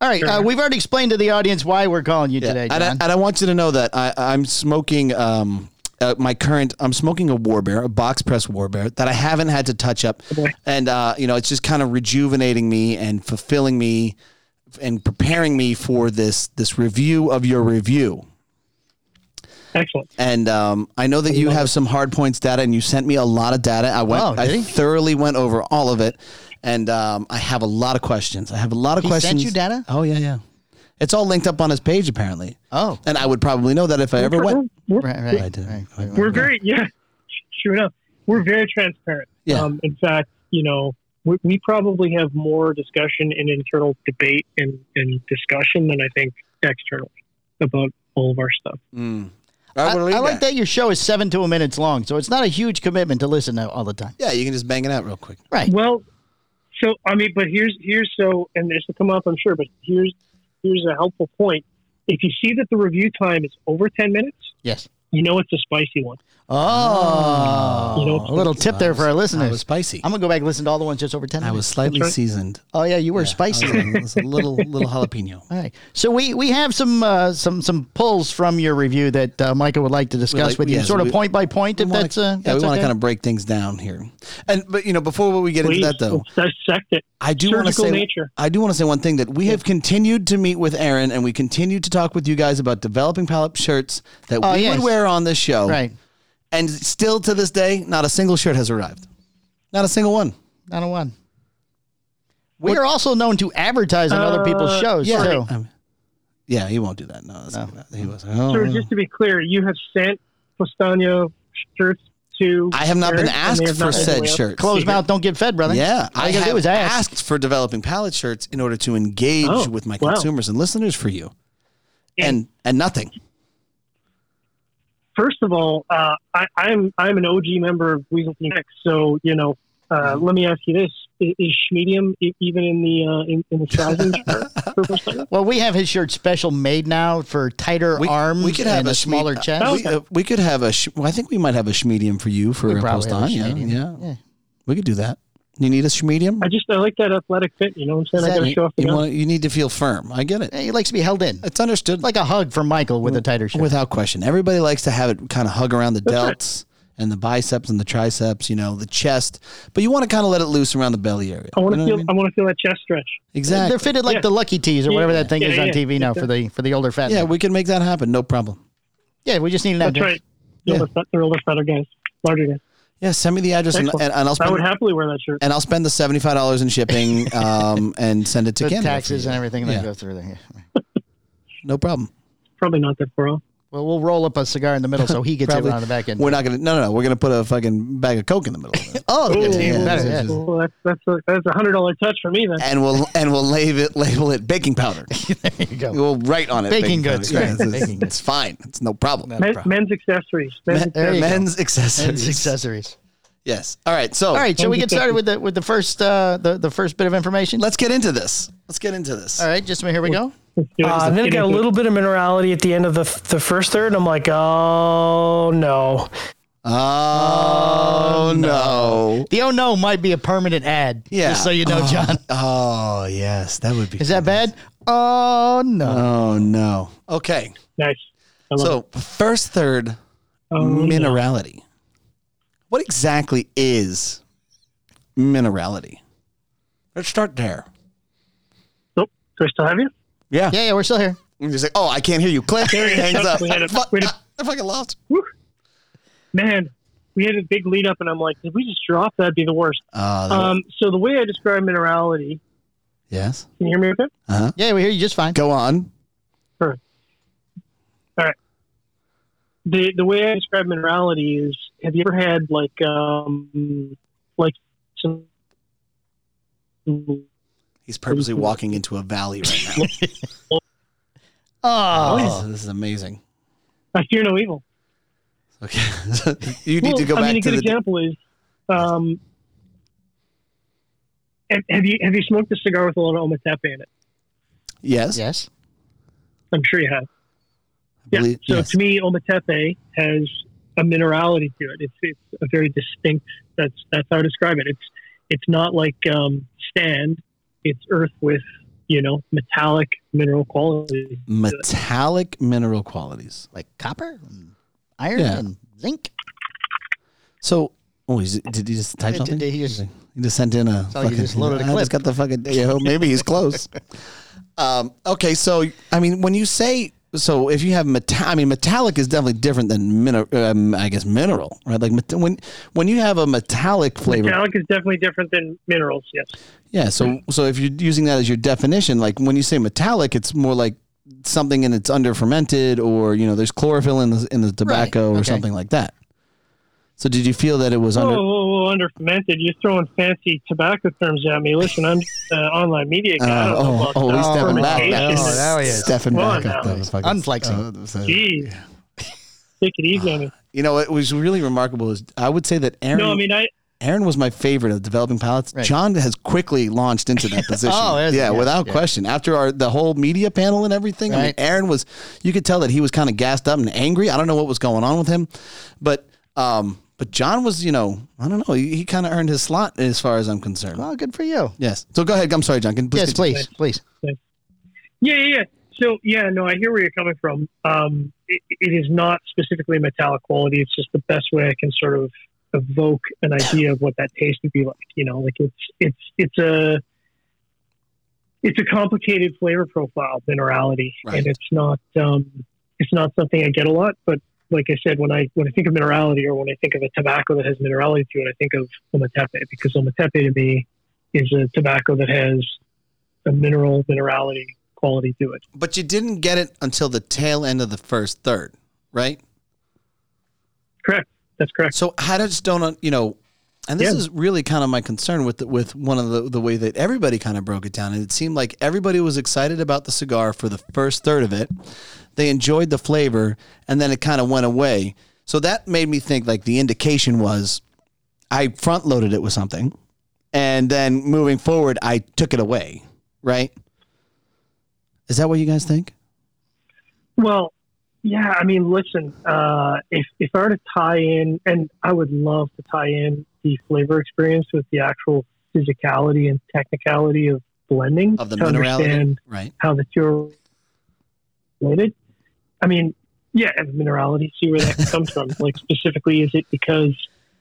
Speaker 2: All right. Uh,
Speaker 5: Sure.
Speaker 2: we've already explained to the audience why we're calling you
Speaker 1: Yeah,
Speaker 2: today,
Speaker 1: and, I,
Speaker 2: John.
Speaker 1: and I want you to know that I, I'm smoking um, uh, my current. I'm smoking a War Bear, a box press War Bear that I haven't had to touch up,
Speaker 5: boy.
Speaker 1: and uh, you know it's just kind of rejuvenating me and fulfilling me, and preparing me for this this review of your review.
Speaker 5: Excellent.
Speaker 1: And um, I know that you have some hard points data, and you sent me a lot of data. I went,
Speaker 2: Oh, did
Speaker 1: I
Speaker 2: he?
Speaker 1: thoroughly went over all of it, and um, I have a lot of questions. I have a lot of
Speaker 2: He sent
Speaker 1: questions.
Speaker 2: you data?
Speaker 1: Oh yeah, yeah. It's all linked up on his page apparently,
Speaker 2: oh,
Speaker 1: and I would probably know that if I ever went.
Speaker 5: We're,
Speaker 2: right,
Speaker 1: I
Speaker 2: right.
Speaker 1: did.
Speaker 2: right, right,
Speaker 5: we're
Speaker 2: right.
Speaker 5: very yeah. Sure enough, we're very transparent.
Speaker 1: Yeah.
Speaker 5: Um, in fact, you know, we, we probably have more discussion and internal debate and, and discussion than I think externally about all of our stuff.
Speaker 1: Mm.
Speaker 2: Hmm. I,
Speaker 1: would
Speaker 2: I
Speaker 1: read
Speaker 2: like that your show is seven to a minutes long, so it's not a huge commitment to listen to all the time.
Speaker 1: Yeah, you can just bang it out real quick.
Speaker 2: Right.
Speaker 5: Well, so I mean, but here's here's so, and this will come up, I'm sure. But here's here's a helpful point. If you see that the review time is over ten minutes,
Speaker 2: Yes.
Speaker 5: you know it's a spicy one.
Speaker 2: Oh,
Speaker 5: You know,
Speaker 2: a little tip there for our
Speaker 1: I was
Speaker 2: listeners.
Speaker 1: spicy.
Speaker 2: I'm gonna go back and listen to all the ones just over ten.
Speaker 1: I was
Speaker 2: minutes.
Speaker 1: slightly
Speaker 5: right.
Speaker 1: seasoned.
Speaker 2: Oh yeah, you were
Speaker 1: I
Speaker 2: spicy.
Speaker 1: was a- was a little little jalapeno.
Speaker 2: All right. So we we have some uh, some some pulls from your review that uh, Michael would like to discuss
Speaker 1: like-
Speaker 2: with you,
Speaker 1: yes,
Speaker 2: sort of
Speaker 1: we-
Speaker 2: point by point, if
Speaker 1: We wanna-
Speaker 2: that's uh,
Speaker 1: yeah, we want
Speaker 2: that's
Speaker 1: to
Speaker 2: okay.
Speaker 1: kind of break things down here, and but you know before we get
Speaker 5: Please,
Speaker 1: into that though,
Speaker 5: let's dissect it.
Speaker 1: I do want to
Speaker 5: Surgical
Speaker 1: say
Speaker 5: nature.
Speaker 1: I do want to say one thing that we have continued to meet with Aaron, and we continue to talk with you guys about developing palette shirts that
Speaker 2: Oh,
Speaker 1: we
Speaker 2: yes.
Speaker 1: would wear on this show,
Speaker 2: right.
Speaker 1: And still to this day, not a single shirt has arrived, not a single one.
Speaker 2: Not a one. We are also known to advertise on other people's shows too.
Speaker 1: Um, yeah, he won't do that. No, that's not he was. oh,
Speaker 5: So
Speaker 1: no.
Speaker 5: just to be clear, you have sent Postano shirts to.
Speaker 1: I have not been
Speaker 5: Eric, and they
Speaker 1: asked
Speaker 5: have
Speaker 1: for
Speaker 5: not been
Speaker 1: said
Speaker 5: aware.
Speaker 1: shirts.
Speaker 2: Closed mouth don't get fed, brother.
Speaker 1: Yeah,
Speaker 2: All
Speaker 1: I
Speaker 2: you gotta
Speaker 1: have
Speaker 2: do is ask.
Speaker 1: asked for developing palette shirts in order to engage
Speaker 5: Oh,
Speaker 1: with my
Speaker 5: wow.
Speaker 1: consumers and listeners for you, and and nothing.
Speaker 5: First of all, uh, I, I'm I'm an OG member of Weasel Team X, so you know. Uh,
Speaker 1: Mm-hmm.
Speaker 5: let me ask you this: I- Is medium even in the uh, in, in the sizing for, for Postano?
Speaker 2: Well, we have his shirt special made now for tighter arms
Speaker 1: we could have
Speaker 2: and a,
Speaker 1: a
Speaker 2: smaller
Speaker 1: schme-
Speaker 5: Oh,
Speaker 2: chest.
Speaker 1: We, uh, we could have a. Sh- well, I think we might have a schmedium for you for
Speaker 2: We
Speaker 1: a
Speaker 2: probably
Speaker 1: post
Speaker 2: have a
Speaker 1: on. Yeah,
Speaker 2: schmedium.
Speaker 1: yeah,
Speaker 2: Yeah.
Speaker 1: we could do that. You need a schmedium.
Speaker 5: I just I like that athletic fit. You know what I'm saying? I
Speaker 2: Is
Speaker 5: got
Speaker 2: that-
Speaker 5: to show off the
Speaker 1: You
Speaker 5: gun.
Speaker 1: want. You need to feel firm. I get it.
Speaker 2: Hey, he likes to be held in.
Speaker 1: It's understood.
Speaker 2: Like a hug from Michael with a tighter shirt.
Speaker 1: Without question. Everybody likes to have it kind of hug around the delts and the biceps and the triceps, you know, the chest, but you want to kind of let it loose around the belly area.
Speaker 5: I want
Speaker 1: You
Speaker 5: to
Speaker 1: know
Speaker 5: feel. I,
Speaker 1: what I mean?
Speaker 5: want to feel that chest stretch.
Speaker 1: Exactly.
Speaker 2: They're fitted like
Speaker 5: Yeah.
Speaker 2: the Lucky Tees or whatever that thing
Speaker 5: Yeah,
Speaker 2: is on
Speaker 5: yeah.
Speaker 2: TV now for the for the older fat.
Speaker 1: yeah,
Speaker 2: men.
Speaker 1: we can make that happen. No problem.
Speaker 2: yeah, we just need an
Speaker 5: That's
Speaker 2: address.
Speaker 5: right. The older, fe- they're older, fatter guys, larger guys.
Speaker 1: Yeah, send me the address and, and,
Speaker 5: Excellent.
Speaker 1: and I'll
Speaker 5: I
Speaker 1: spend
Speaker 5: would happily wear that shirt.
Speaker 1: and I'll spend the seventy five dollars in shipping um, and send it to
Speaker 2: The
Speaker 1: Canada. for
Speaker 2: taxes
Speaker 1: you.
Speaker 2: and everything
Speaker 1: Yeah.
Speaker 2: that go through there. Yeah.
Speaker 1: No problem.
Speaker 5: Probably not that far off.
Speaker 2: Well, we'll roll up a cigar in the middle so he gets it
Speaker 1: Probably.
Speaker 2: on the back end.
Speaker 1: We're not gonna no no no. We're gonna put a fucking bag of coke in the middle of it.
Speaker 2: oh, that's
Speaker 5: Ooh.
Speaker 2: even better.
Speaker 1: Yeah.
Speaker 2: yeah.
Speaker 5: Well, that's that's a that's a hundred dollar touch for me then.
Speaker 1: and we'll and we'll label it label it baking powder.
Speaker 2: There you go.
Speaker 1: We'll write on it
Speaker 2: Baking
Speaker 1: powder.
Speaker 2: goods,
Speaker 1: Yeah,
Speaker 2: right.
Speaker 1: it's, it's-
Speaker 2: Baking goods.
Speaker 1: it's fine. It's no problem.
Speaker 5: Men, men's accessories. Men's
Speaker 1: Men-
Speaker 2: There you go.
Speaker 1: men's
Speaker 2: And
Speaker 1: accessories.
Speaker 2: accessories.
Speaker 1: Yes. All right. So,
Speaker 2: All right, shall we get started with the with the first uh, the the first bit of information?
Speaker 1: let's get into this. Let's get into this.
Speaker 2: All right, just a minute, here we go.
Speaker 5: accessories.
Speaker 3: Uh, then it
Speaker 5: Getting
Speaker 3: got a
Speaker 5: into-
Speaker 3: little bit of minerality at the end of the, the first third. and I'm like, oh no.
Speaker 1: Oh, no.
Speaker 2: The oh no might be a permanent ad.
Speaker 1: Yeah.
Speaker 2: Just so you know,
Speaker 1: Oh,
Speaker 2: John.
Speaker 1: Oh, yes. That would be.
Speaker 2: Is that bad? Oh no.
Speaker 1: Oh, no. Okay.
Speaker 5: Nice. I love it.
Speaker 1: So, first third
Speaker 5: Um,
Speaker 1: minerality. What exactly is minerality? Let's start there.
Speaker 5: nope. Do I still have you?
Speaker 1: Yeah.
Speaker 2: Yeah, yeah, we're still here.
Speaker 1: You're just like, oh, I can't hear you. Click.
Speaker 5: There it is.
Speaker 1: Hangs up.
Speaker 5: We had it.
Speaker 1: Fuck,
Speaker 5: We had it.
Speaker 1: I, I fucking lost.
Speaker 5: Man, we had a big lead up, and I'm like, if we just drop, that'd be the worst.
Speaker 1: Uh,
Speaker 5: Um, so the way I describe minerality,
Speaker 1: yes.
Speaker 5: can you hear me okay?
Speaker 1: Uh huh.
Speaker 2: Yeah, we hear you just fine.
Speaker 1: Go on.
Speaker 5: the the way I describe minerality is: Have you ever had like um like some
Speaker 1: He's purposely walking into a valley right now.
Speaker 2: Oh,
Speaker 1: this is amazing.
Speaker 5: I fear no evil?
Speaker 1: Okay. you need
Speaker 5: Well,
Speaker 1: to go
Speaker 5: I
Speaker 1: back
Speaker 5: mean, a
Speaker 1: to
Speaker 5: good
Speaker 1: the.
Speaker 5: example is um. Have have you have you smoked a cigar with a lot of ometepe in it?
Speaker 1: Yes.
Speaker 2: yes.
Speaker 5: I'm sure you have.
Speaker 1: I
Speaker 5: Yeah.
Speaker 1: believe-
Speaker 5: so
Speaker 1: yes.
Speaker 5: to me, ometepe has a minerality to it. It's it's a very distinct. That's that's how I describe it. It's it's not like um, sand. It's earth with you know metallic mineral qualities.
Speaker 1: Metallic mineral qualities.
Speaker 2: Like copper, and iron,
Speaker 1: Yeah.
Speaker 2: and zinc.
Speaker 1: So, oh, is it, did he just type
Speaker 2: Did-
Speaker 1: something?
Speaker 2: did he just-
Speaker 1: He just sent in a.
Speaker 2: So you
Speaker 1: fucking,
Speaker 2: just loaded a
Speaker 1: I
Speaker 2: clip.
Speaker 1: just got the fucking. Yeah, well, maybe he's close. um, okay, so I mean, when you say so, if you have metal, I mean, metallic is definitely different than mineral. Um, I guess mineral, right? Like met- when when you have a metallic flavor,
Speaker 5: Metallic is definitely different than minerals. Yes.
Speaker 1: Yeah, so so if you're using that as your definition, like when you say metallic, it's more like something and it's under fermented, or you know, there's chlorophyll in the in the tobacco or
Speaker 2: okay.
Speaker 1: something like that. So did you feel that it was
Speaker 5: Whoa,
Speaker 1: under?
Speaker 5: whoa, whoa! Under fermented. You're throwing fancy tobacco terms at me. Listen, I'm uh, online media guy. I
Speaker 1: Uh,
Speaker 5: don't know
Speaker 1: oh,
Speaker 5: about
Speaker 1: oh, he's
Speaker 5: that.
Speaker 1: stepping back.
Speaker 5: Fermentation
Speaker 2: Oh,
Speaker 5: is-
Speaker 2: that way is-
Speaker 1: stepping
Speaker 5: Come
Speaker 1: back
Speaker 5: on
Speaker 1: up.
Speaker 5: now.
Speaker 1: the fucking-
Speaker 2: Unflexing.
Speaker 1: uh, so-
Speaker 5: Jeez. Take it easy on me.
Speaker 1: you know, what was really remarkable is I would say that Aaron
Speaker 5: No, I mean I.
Speaker 1: Aaron was my favorite of developing palettes.
Speaker 2: Right.
Speaker 1: John has quickly launched into that position.
Speaker 2: Oh,
Speaker 1: yeah,
Speaker 2: is he? Yeah,
Speaker 1: without
Speaker 2: yeah.
Speaker 1: question. After our the whole media panel and everything, I mean,
Speaker 2: Right.
Speaker 1: Aaron was you could tell that he was kind of gassed up and angry. I don't know what was going on with him, but Um, but John was, you know, I don't know. He, he kind of earned his slot as far as I'm concerned.
Speaker 2: Well, good for you.
Speaker 1: Yes. So go ahead. I'm sorry, John. Can,
Speaker 2: yes,
Speaker 1: continue.
Speaker 2: please, please.
Speaker 5: Yeah, yeah, yeah. So yeah, no, I hear where you're coming from. Um, it, it is not specifically metallic quality. It's just the best way I can sort of evoke an idea of what that taste would be like. You know, like it's it's it's a it's a complicated flavor profile minerality,
Speaker 1: Right.
Speaker 5: and it's not um, it's not something I get a lot. But like I said, when I when I think of minerality or when I think of a tobacco that has minerality to it, I think of ometepe because ometepe to me is a tobacco that has a mineral minerality quality to it.
Speaker 1: But you didn't get it until the tail end of the first third, right?
Speaker 5: Correct. That's correct.
Speaker 1: So I just don't, un- you know, and this
Speaker 5: Yeah.
Speaker 1: is really kind of my concern with the, with one of the the way that everybody kind of broke it down. And it seemed like everybody was excited about the cigar for the first third of it. They enjoyed the flavor, and then it kind of went away. So that made me think like the indication was I front loaded it with something, and then moving forward, I took it away. Right? Is that what you guys think?
Speaker 5: Well, yeah. I mean, listen. Uh, if if I were to tie in, and I would love to tie in the flavor experience with the actual physicality and technicality of blending
Speaker 1: Of the
Speaker 5: to
Speaker 1: minerality?
Speaker 5: understand
Speaker 1: Right.
Speaker 5: how the two are related. I mean, yeah, and minerality. See where that comes from. Like specifically, is it because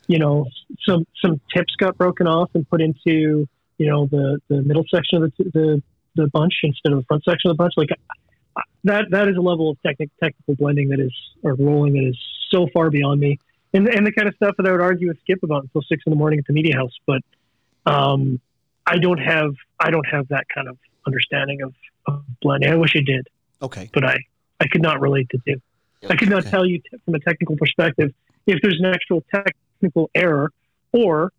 Speaker 5: you know some some tips got broken off and put into you know the the middle section of the the, the bunch instead of the front section of the bunch? Like I- that that is a level of technic, technical blending that is or rolling that is so far beyond me, and and the kind of stuff that I would argue with Skip about until six in the morning at the media house. But um, I don't have I don't have that kind of understanding of, of blending. I wish I did
Speaker 1: Okay.
Speaker 5: but I, I could not relate to two. I could not
Speaker 1: Okay.
Speaker 5: tell you t- from a technical perspective if there's an actual technical error or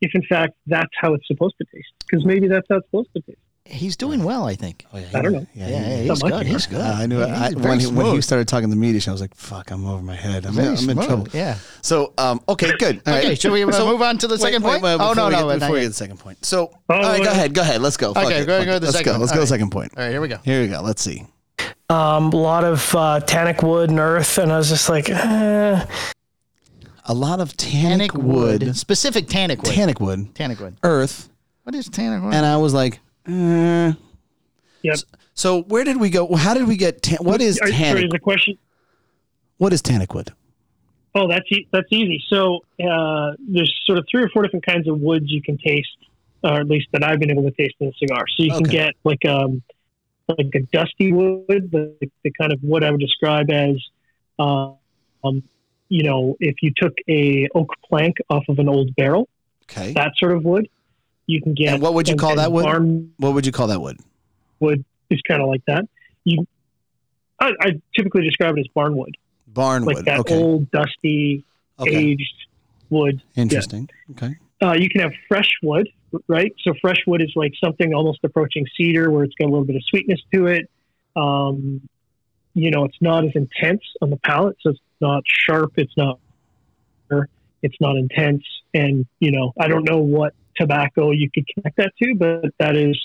Speaker 5: if in fact that's how it's supposed to taste. Because maybe that's how it's supposed to taste.
Speaker 2: He's doing well, I think.
Speaker 1: Oh, yeah,
Speaker 5: I don't know.
Speaker 1: Yeah,
Speaker 2: yeah,
Speaker 1: yeah,
Speaker 2: yeah,
Speaker 1: yeah.
Speaker 2: he's
Speaker 5: Not much
Speaker 2: good.
Speaker 5: more.
Speaker 2: He's good.
Speaker 1: Uh, I knew
Speaker 2: Yeah,
Speaker 1: I,
Speaker 2: he's
Speaker 1: when,
Speaker 2: very
Speaker 1: he, when he
Speaker 2: smooth.
Speaker 1: started talking to me, I was like, "Fuck, I'm over my head. I'm,
Speaker 2: Very
Speaker 1: I'm in
Speaker 2: smooth,
Speaker 1: trouble."
Speaker 2: Yeah.
Speaker 1: So, um, okay, good. All right.
Speaker 2: okay, should we uh,
Speaker 1: So-
Speaker 2: move on to the
Speaker 1: Wait,
Speaker 2: second
Speaker 1: wait,
Speaker 2: point?
Speaker 1: wait,
Speaker 2: oh
Speaker 1: before
Speaker 2: no,
Speaker 1: we
Speaker 2: no,
Speaker 1: get,
Speaker 2: not
Speaker 1: before we
Speaker 2: yet.
Speaker 1: get to the second point. So,
Speaker 5: Oh,
Speaker 1: all right, go
Speaker 5: wait.
Speaker 1: ahead, go ahead. Let's go. Fuck
Speaker 2: Okay,
Speaker 1: it,
Speaker 2: go-
Speaker 1: fuck
Speaker 2: go to
Speaker 1: it.
Speaker 2: the
Speaker 1: Let's
Speaker 2: second
Speaker 1: go.
Speaker 2: one.
Speaker 1: Let's go.
Speaker 2: All
Speaker 1: to the
Speaker 2: right.
Speaker 1: Second point.
Speaker 2: All right, here we go.
Speaker 1: Here we go. Let's see.
Speaker 3: Um, a lot of uh, tannic wood and earth, and I was just like, eh.
Speaker 1: A lot of tannic
Speaker 2: Tannic
Speaker 1: wood,
Speaker 2: wood, specific tannic wood.
Speaker 1: tannic wood,
Speaker 2: tannic wood.
Speaker 1: earth,
Speaker 2: What is tannic wood?
Speaker 1: and I was like, eh.
Speaker 5: Yep.
Speaker 1: So, where did we go? How did we get? Tan- what is
Speaker 5: Are- sorry,
Speaker 1: tannic?
Speaker 5: is the question?
Speaker 1: What is tannic wood?
Speaker 5: Oh, that's e- that's easy. So uh, there's sort of three or four different kinds of woods you can taste, or at least that I've been able to taste in a cigar. So you can
Speaker 1: Okay.
Speaker 5: get like um like a dusty wood, the, the kind of what I would describe as, uh, um, you know, if you took a oak plank off of an old barrel,
Speaker 1: Okay.
Speaker 5: that sort of wood, you can get.
Speaker 1: And what would you call that wood?
Speaker 5: Barn
Speaker 1: What would you call that wood?
Speaker 5: wood is kind of like that. You, I, I typically describe it as barn wood,
Speaker 1: Barnwood.
Speaker 5: like that
Speaker 1: okay.
Speaker 5: old dusty
Speaker 1: okay.
Speaker 5: aged wood
Speaker 1: Interesting. Okay.
Speaker 5: uh, you can have fresh wood, right? So fresh wood is like something almost approaching cedar, where it's got a little bit of sweetness to it. Um, you know, it's not as intense on the palate, so it's not sharp, it's not, it's not intense, and you know, I don't know what tobacco you could connect that to, but that is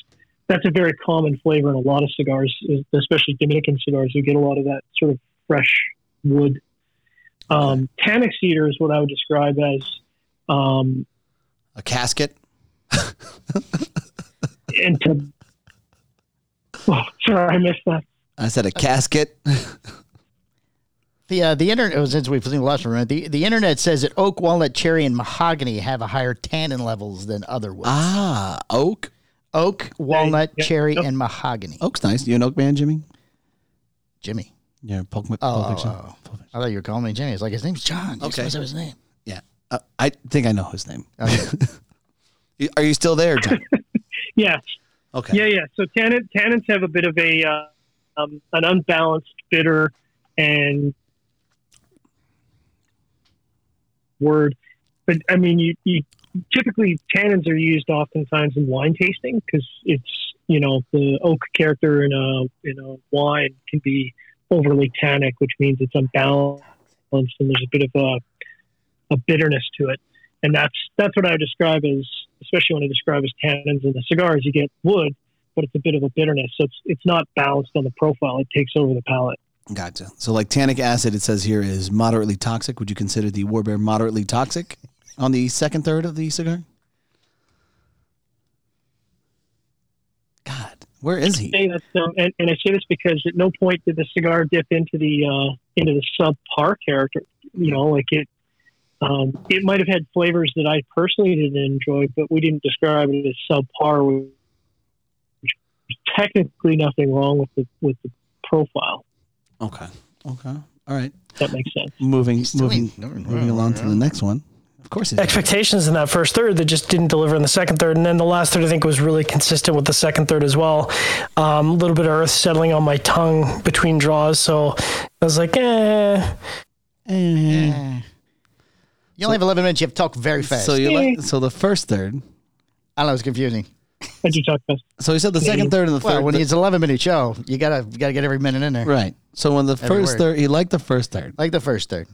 Speaker 5: that's a very common flavor in a lot of cigars, especially Dominican cigars. You get a lot of that sort of fresh wood. Um, tannic cedar is what I would describe as um,
Speaker 1: A casket.
Speaker 5: and to oh, sorry, I missed that.
Speaker 1: I said a casket.
Speaker 2: The uh, the internet oh, since we've seen the last one, right? the the internet says that oak, walnut, cherry, and mahogany have a higher tannin levels than other woods.
Speaker 1: Ah, oak.
Speaker 2: oak, walnut,
Speaker 5: yeah,
Speaker 2: cherry,
Speaker 5: yep.
Speaker 2: and mahogany.
Speaker 1: Oak's nice. You an oak man, Jimmy?
Speaker 2: Jimmy,
Speaker 1: Yeah, Pulp, Pulp
Speaker 2: oh,
Speaker 1: Fiction.
Speaker 2: oh.
Speaker 1: Pulp Fiction.
Speaker 2: I thought you were calling me Jimmy. It's like his name's John. You
Speaker 1: Okay.
Speaker 2: supposed to have his name.
Speaker 1: Yeah, uh, I think I know his name.
Speaker 2: Okay.
Speaker 1: Y- Are you still there, John?
Speaker 5: Yeah,
Speaker 1: Okay.
Speaker 5: yeah, yeah. So tannin, tannins have a bit of a uh, um, an unbalanced bitter and word, but I mean, you, you typically tannins are used oftentimes in wine tasting because it's you know the oak character in a in a wine can be overly tannic, which means it's unbalanced and there's a bit of a a bitterness to it, and that's that's what I would describe as especially when I describe as tannins in the cigars. You get wood, but it's a bit of a bitterness, so it's it's not balanced on the profile. It takes over the palate.
Speaker 1: Gotcha. So, like tannic acid, it says here is moderately toxic. Would you consider the Warbear moderately toxic on the second third of the cigar? God, where is he?
Speaker 5: say this, um, and, and I say this because at no point did the cigar dip into the uh, into the subpar character. You know, like it um, it might have had flavors that I personally didn't enjoy, but we didn't describe it as subpar. Which is technically nothing wrong with the with the profile.
Speaker 1: Okay. Okay. All right.
Speaker 5: If that makes sense.
Speaker 1: Moving,
Speaker 2: still
Speaker 1: moving,
Speaker 2: ain't doing
Speaker 1: moving
Speaker 2: well,
Speaker 1: along to
Speaker 2: yeah.
Speaker 1: the next one. Of course, he's
Speaker 3: expectations in that first third that just didn't deliver in the second third. And then the last third, I think, was really consistent with the second third as well. Um, A little bit of earth settling on my tongue between draws. So I was like, eh.
Speaker 1: Eh.
Speaker 2: You only have 11 minutes. You have to talk very fast.
Speaker 1: So you like, so the first third.
Speaker 2: I know it's confusing.
Speaker 5: What you talk about?
Speaker 1: So you said the second third and the
Speaker 2: Well,
Speaker 1: third.
Speaker 2: when
Speaker 1: the-
Speaker 2: it's an 11 minute show, you gotta you gotta get every minute in there.
Speaker 1: right. So when the first
Speaker 2: word.
Speaker 1: third, he liked the first third,
Speaker 2: Like the first third,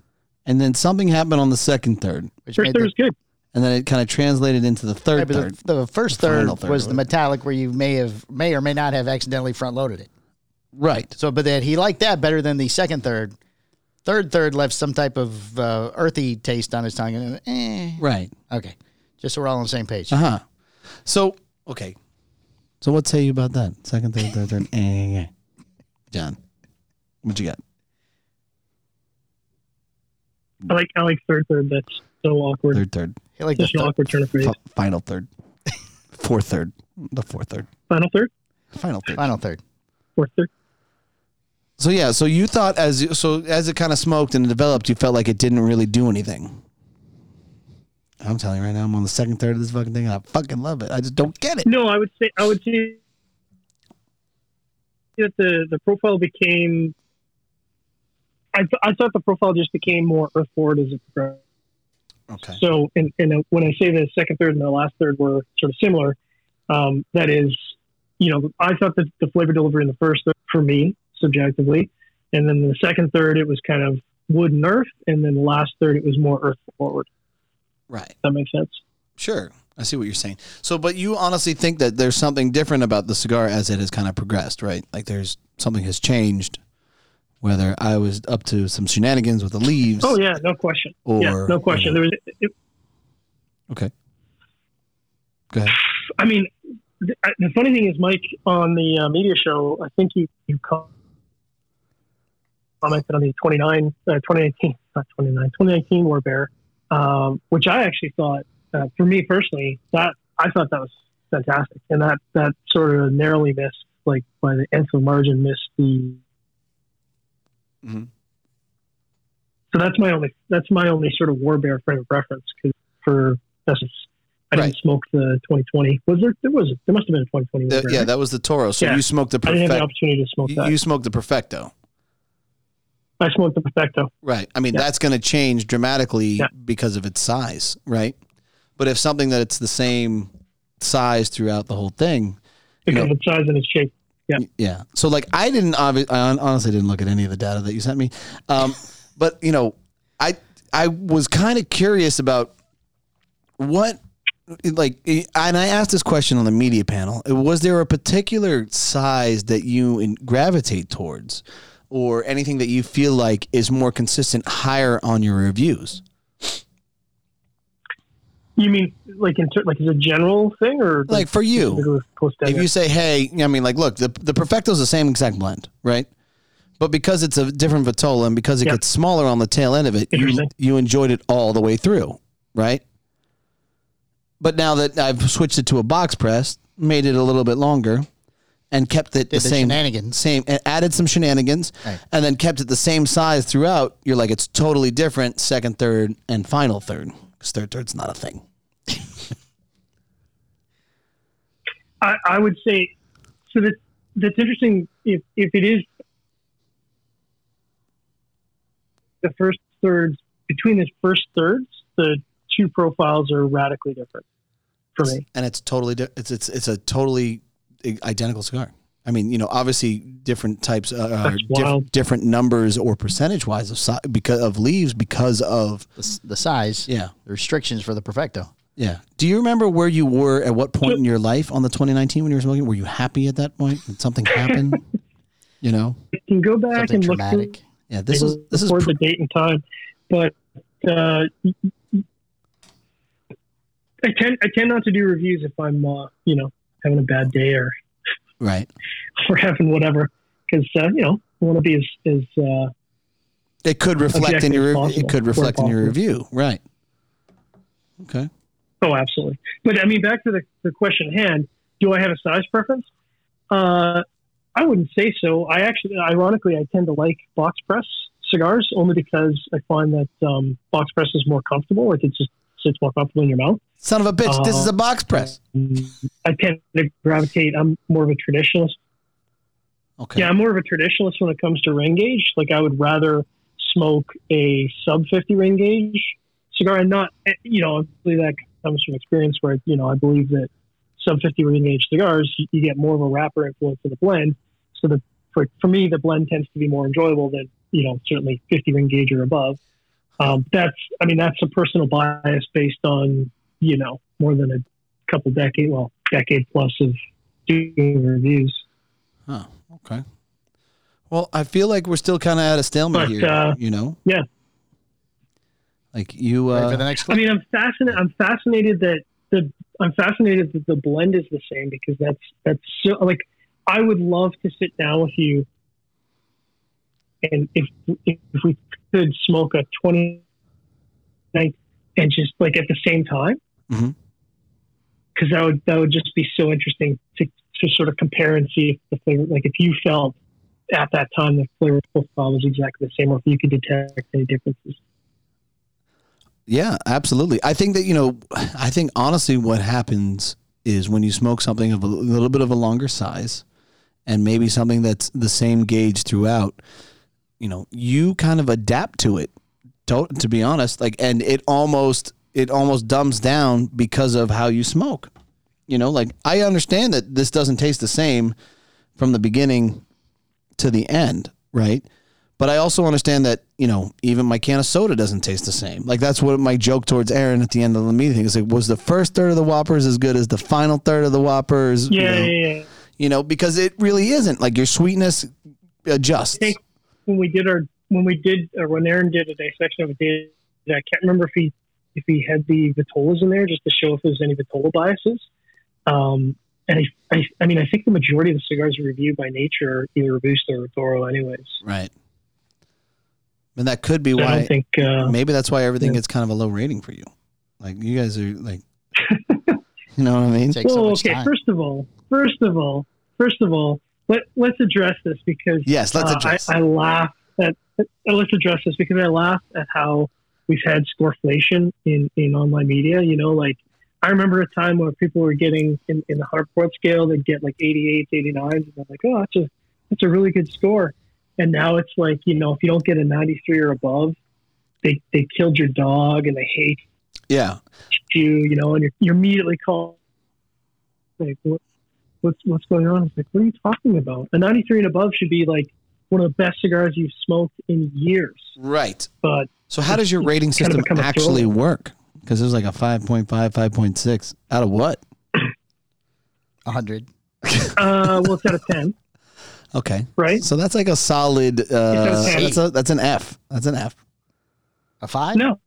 Speaker 1: and then something happened on the second third,
Speaker 2: which
Speaker 5: First,
Speaker 2: made
Speaker 5: there was
Speaker 2: the,
Speaker 5: good.
Speaker 1: and then it kind of translated into the third
Speaker 2: maybe the-
Speaker 1: third.
Speaker 2: the first
Speaker 1: The
Speaker 2: third,
Speaker 1: final third,
Speaker 2: was the
Speaker 1: right.
Speaker 2: metallic where you may have may or may not have accidentally front loaded it.
Speaker 1: Right.
Speaker 2: So, but that he liked that better than the second third. Third third left some type of uh, earthy taste on his tongue. And, eh.
Speaker 1: Right.
Speaker 2: Okay, just so we're all on the same page.
Speaker 1: Uh huh. So okay. So what say you about that second third third third? Eh, eh, eh. John, what you got?
Speaker 5: I like I like third third. That's so awkward.
Speaker 1: Third third.
Speaker 2: He liked the
Speaker 5: Such an
Speaker 2: third.
Speaker 5: awkward turn of phrase.
Speaker 1: Fi- final third. Fourth third. The fourth third.
Speaker 5: Final third,
Speaker 1: Final third.
Speaker 2: final third.
Speaker 5: fourth third.
Speaker 1: So yeah, so you thought as you- so as it kind of smoked and developed, you felt like it didn't really do anything. I'm telling you right now, I'm on the second third of this fucking thing, and I fucking love it. I just don't get it.
Speaker 5: No, I would say I would say that the the profile became. I, th- I thought the profile just became more earth forward as it progressed.
Speaker 1: Okay.
Speaker 5: So, and, and uh, when I say the second third and the last third were sort of similar, um, that is, you know, I thought that the flavor delivery in the first third, for me subjectively, and then the second third it was kind of wood and earth, and then the last third it was more earth forward.
Speaker 1: Right.
Speaker 5: If that makes sense.
Speaker 1: Sure. I see what you're saying. So, but you honestly think that there's something different about the cigar as it has kind of progressed, right? Like there's something has changed. Whether I was up to some shenanigans with the leaves.
Speaker 5: Oh yeah, no question. yeah,
Speaker 1: Or-
Speaker 5: no question. There was it,
Speaker 1: Okay. Go ahead.
Speaker 5: I mean, th- I- the funny thing is, Mike, on the uh, media show, I think you you com- commented Um, on the 29, uh, 2019, not 29, 2019 War Bear, um, which I actually thought, uh, for me personally, that I thought that was fantastic, and that that sort of narrowly missed, like by the nth of margin, missed the.
Speaker 1: Mhm.
Speaker 5: So that's my only that's my only sort of War Bear frame of reference 'cause for that's I
Speaker 1: Right.
Speaker 5: didn't smoke the 2020. Was there? There was. There must have been a 2020.
Speaker 1: The-
Speaker 5: wasn't there?
Speaker 1: yeah, that was the Toro. So
Speaker 5: Yeah.
Speaker 1: you smoked the
Speaker 5: I didn't have the
Speaker 1: perfecto.
Speaker 5: opportunity to smoke
Speaker 1: You,
Speaker 5: that.
Speaker 1: you smoked the perfecto.
Speaker 5: I smoked the Perfecto.
Speaker 1: Right. I mean,
Speaker 5: Yeah.
Speaker 1: that's going to change dramatically
Speaker 5: Yeah.
Speaker 1: because of its size, right? But if something that it's the same size throughout the whole thing,
Speaker 5: because
Speaker 1: No.
Speaker 5: of its size and its shape.
Speaker 1: yeah. So like, I didn't obvi- I hon- honestly didn't look at any of the data that you sent me, um, but you know, I I was kind of curious about what like and I asked this question on the media panel. Was there a particular size that you in, gravitate towards, or anything that you feel like is more consistent higher on your reviews?
Speaker 5: You mean like in ter- like as a general thing or
Speaker 1: like for you,
Speaker 5: particular post
Speaker 1: if you say, "Hey," I mean, like, look, the the Perfecto's the same exact blend, right? But because it's a different vitola and because it
Speaker 5: Yeah.
Speaker 1: gets smaller on the tail end of it, you
Speaker 5: Interesting.
Speaker 1: you enjoyed it all the way through, right? But now that I've switched it to a box press, made it a little bit longer, and kept it
Speaker 2: Did
Speaker 1: the
Speaker 2: the
Speaker 1: same
Speaker 2: shenanigans.
Speaker 1: same, and added some shenanigans,
Speaker 2: Right.
Speaker 1: and then kept it the same size throughout. You're like, it's totally different. Second, third, and final third. Because third third's not a thing.
Speaker 5: I, I would say so that that's interesting if if it is the first thirds between the first thirds the two profiles are radically different for me.
Speaker 1: and it's totally di- it's it's it's a totally identical cigar. I mean, you know, obviously different types uh, are
Speaker 5: That's
Speaker 1: diff-
Speaker 5: wild.
Speaker 1: different numbers or percentage wise of si- because of leaves because of
Speaker 2: The, s- the size,
Speaker 1: yeah
Speaker 2: the restrictions for the perfecto.
Speaker 1: yeah. Do you remember where you were at what point in your life on the 2019 when you were smoking? Were you happy at that point? Did something happen? You know,
Speaker 5: You can go back
Speaker 2: Something
Speaker 5: and look through
Speaker 2: dramatic.
Speaker 1: yeah. This is this is
Speaker 5: for
Speaker 1: pr-
Speaker 5: the date and time, but uh, I tend I tend not to do reviews if I'm uh, you know having a bad day or
Speaker 1: right.
Speaker 5: or having whatever because uh, you know I want to be as as uh,
Speaker 1: It could reflect in
Speaker 5: Objective
Speaker 1: your
Speaker 5: possible,
Speaker 1: it could
Speaker 5: where
Speaker 1: reflect in your
Speaker 5: possible.
Speaker 1: review, right? Okay.
Speaker 5: Oh, absolutely. But I mean, back to the, the question at hand: Do I have a size preference? Uh, I wouldn't say so. I actually, ironically, I tend to like box press cigars only because I find that um, box press is more comfortable. Like it just sits more comfortable in your mouth.
Speaker 1: Son of a bitch! this
Speaker 5: Uh,
Speaker 1: is a box press.
Speaker 5: Mm, I tend to gravitate. I'm more of a traditionalist.
Speaker 1: Okay.
Speaker 5: Yeah, I'm more of a traditionalist when it comes to ring gauge. Like I would rather smoke a sub 50 ring gauge cigar and not, eh, you know, obviously that comes from experience where, you know, I believe that sub 50 ring gauge cigars, you, you get more of a wrapper influence in the blend. So the, for, for me, the blend tends to be more enjoyable than, you know, certainly 50 ring gauge or above. Um, that's, I mean, that's a personal bias based on, you know, more than a couple decade, well, decade plus of doing reviews.
Speaker 1: Huh. Oh, Okay. Well, I feel like we're still kind of at a stalemate
Speaker 5: But,
Speaker 1: here.
Speaker 5: uh,
Speaker 1: you know.
Speaker 5: yeah.
Speaker 1: Like you.
Speaker 2: Ready for
Speaker 1: Uh,
Speaker 2: the next
Speaker 5: I
Speaker 2: clip?
Speaker 5: mean, I'm fascinated. I'm fascinated that the I'm fascinated that the blend is the same because that's that's so like I would love to sit down with you, and if if we could smoke a twenty night and just like at the same time, because
Speaker 1: Mhm.
Speaker 5: that would that would just be so interesting to to sort of compare and see if the flavor like if you felt at that time the flavor profile was exactly the same or if you could detect any differences.
Speaker 1: yeah, absolutely. I think that you know. I think honestly, what happens is when you smoke something of a little bit of a longer size, and maybe something that's the same gauge throughout. You know, you kind of adapt to it. To, to be honest, like, and it almost it almost dumbs down because of how you smoke. You know, like I understand that this doesn't taste the same from the beginning to the end, right? But I also understand that, you know, even my can of soda doesn't taste the same. Like that's what my joke towards Aaron at the end of the meeting is like, was the first third of the Whoppers as good as the final third of the Whoppers? you
Speaker 5: Yeah,
Speaker 1: know?
Speaker 5: yeah, yeah.
Speaker 1: you know, because it really isn't. Like your sweetness adjusts.
Speaker 5: think- when we did our when we did uh, when Aaron did a dissection of a data, I can't remember if he if he had the vitolas in there just to show if there's any vitola biases. Um, and I, I, I mean, I think the majority of the cigars we review by nature are either Robusto or Toro, anyways.
Speaker 1: Right. And that could be
Speaker 5: So I
Speaker 1: why
Speaker 5: don't think. Uh,
Speaker 1: maybe that's why everything
Speaker 5: Yeah.
Speaker 1: gets kind of a low rating for you. Like you guys are like You know what I mean?
Speaker 2: Takes so
Speaker 5: well,
Speaker 2: much
Speaker 5: okay.
Speaker 2: time.
Speaker 5: First of all, first of all, first of all, let let's address this because
Speaker 1: Yes, let's
Speaker 5: Uh,
Speaker 1: address.
Speaker 5: I, I laugh at uh, let's address this because I laugh at how we've had scoreflation in, in online media. You know, like I remember a time where people were getting in, in the hardcore scale, they'd get like 88s, 89s, and they're like, oh, that's a that's a really good score. And now it's like you know, if you don't get a 93 or above, they they killed your dog and they hate
Speaker 1: yeah.
Speaker 5: you, you know, and you're, you're immediately called like, what, what's what's going on? It's like, what are you talking about? A 93 and above should be like one of the best cigars you've smoked in years.
Speaker 1: Right.
Speaker 5: But
Speaker 1: So how does your rating
Speaker 5: kind of
Speaker 1: system
Speaker 5: become a
Speaker 1: actually
Speaker 5: throwaway.
Speaker 1: work? Because there's like a 5.5, 5.6. Out of what?
Speaker 2: 100.
Speaker 5: uh, well, it's out of 10,
Speaker 1: Okay.
Speaker 5: right?
Speaker 1: So that's like a solid uh
Speaker 5: It's okay.
Speaker 1: that's a that's an F. That's an F.
Speaker 2: A five?
Speaker 5: No,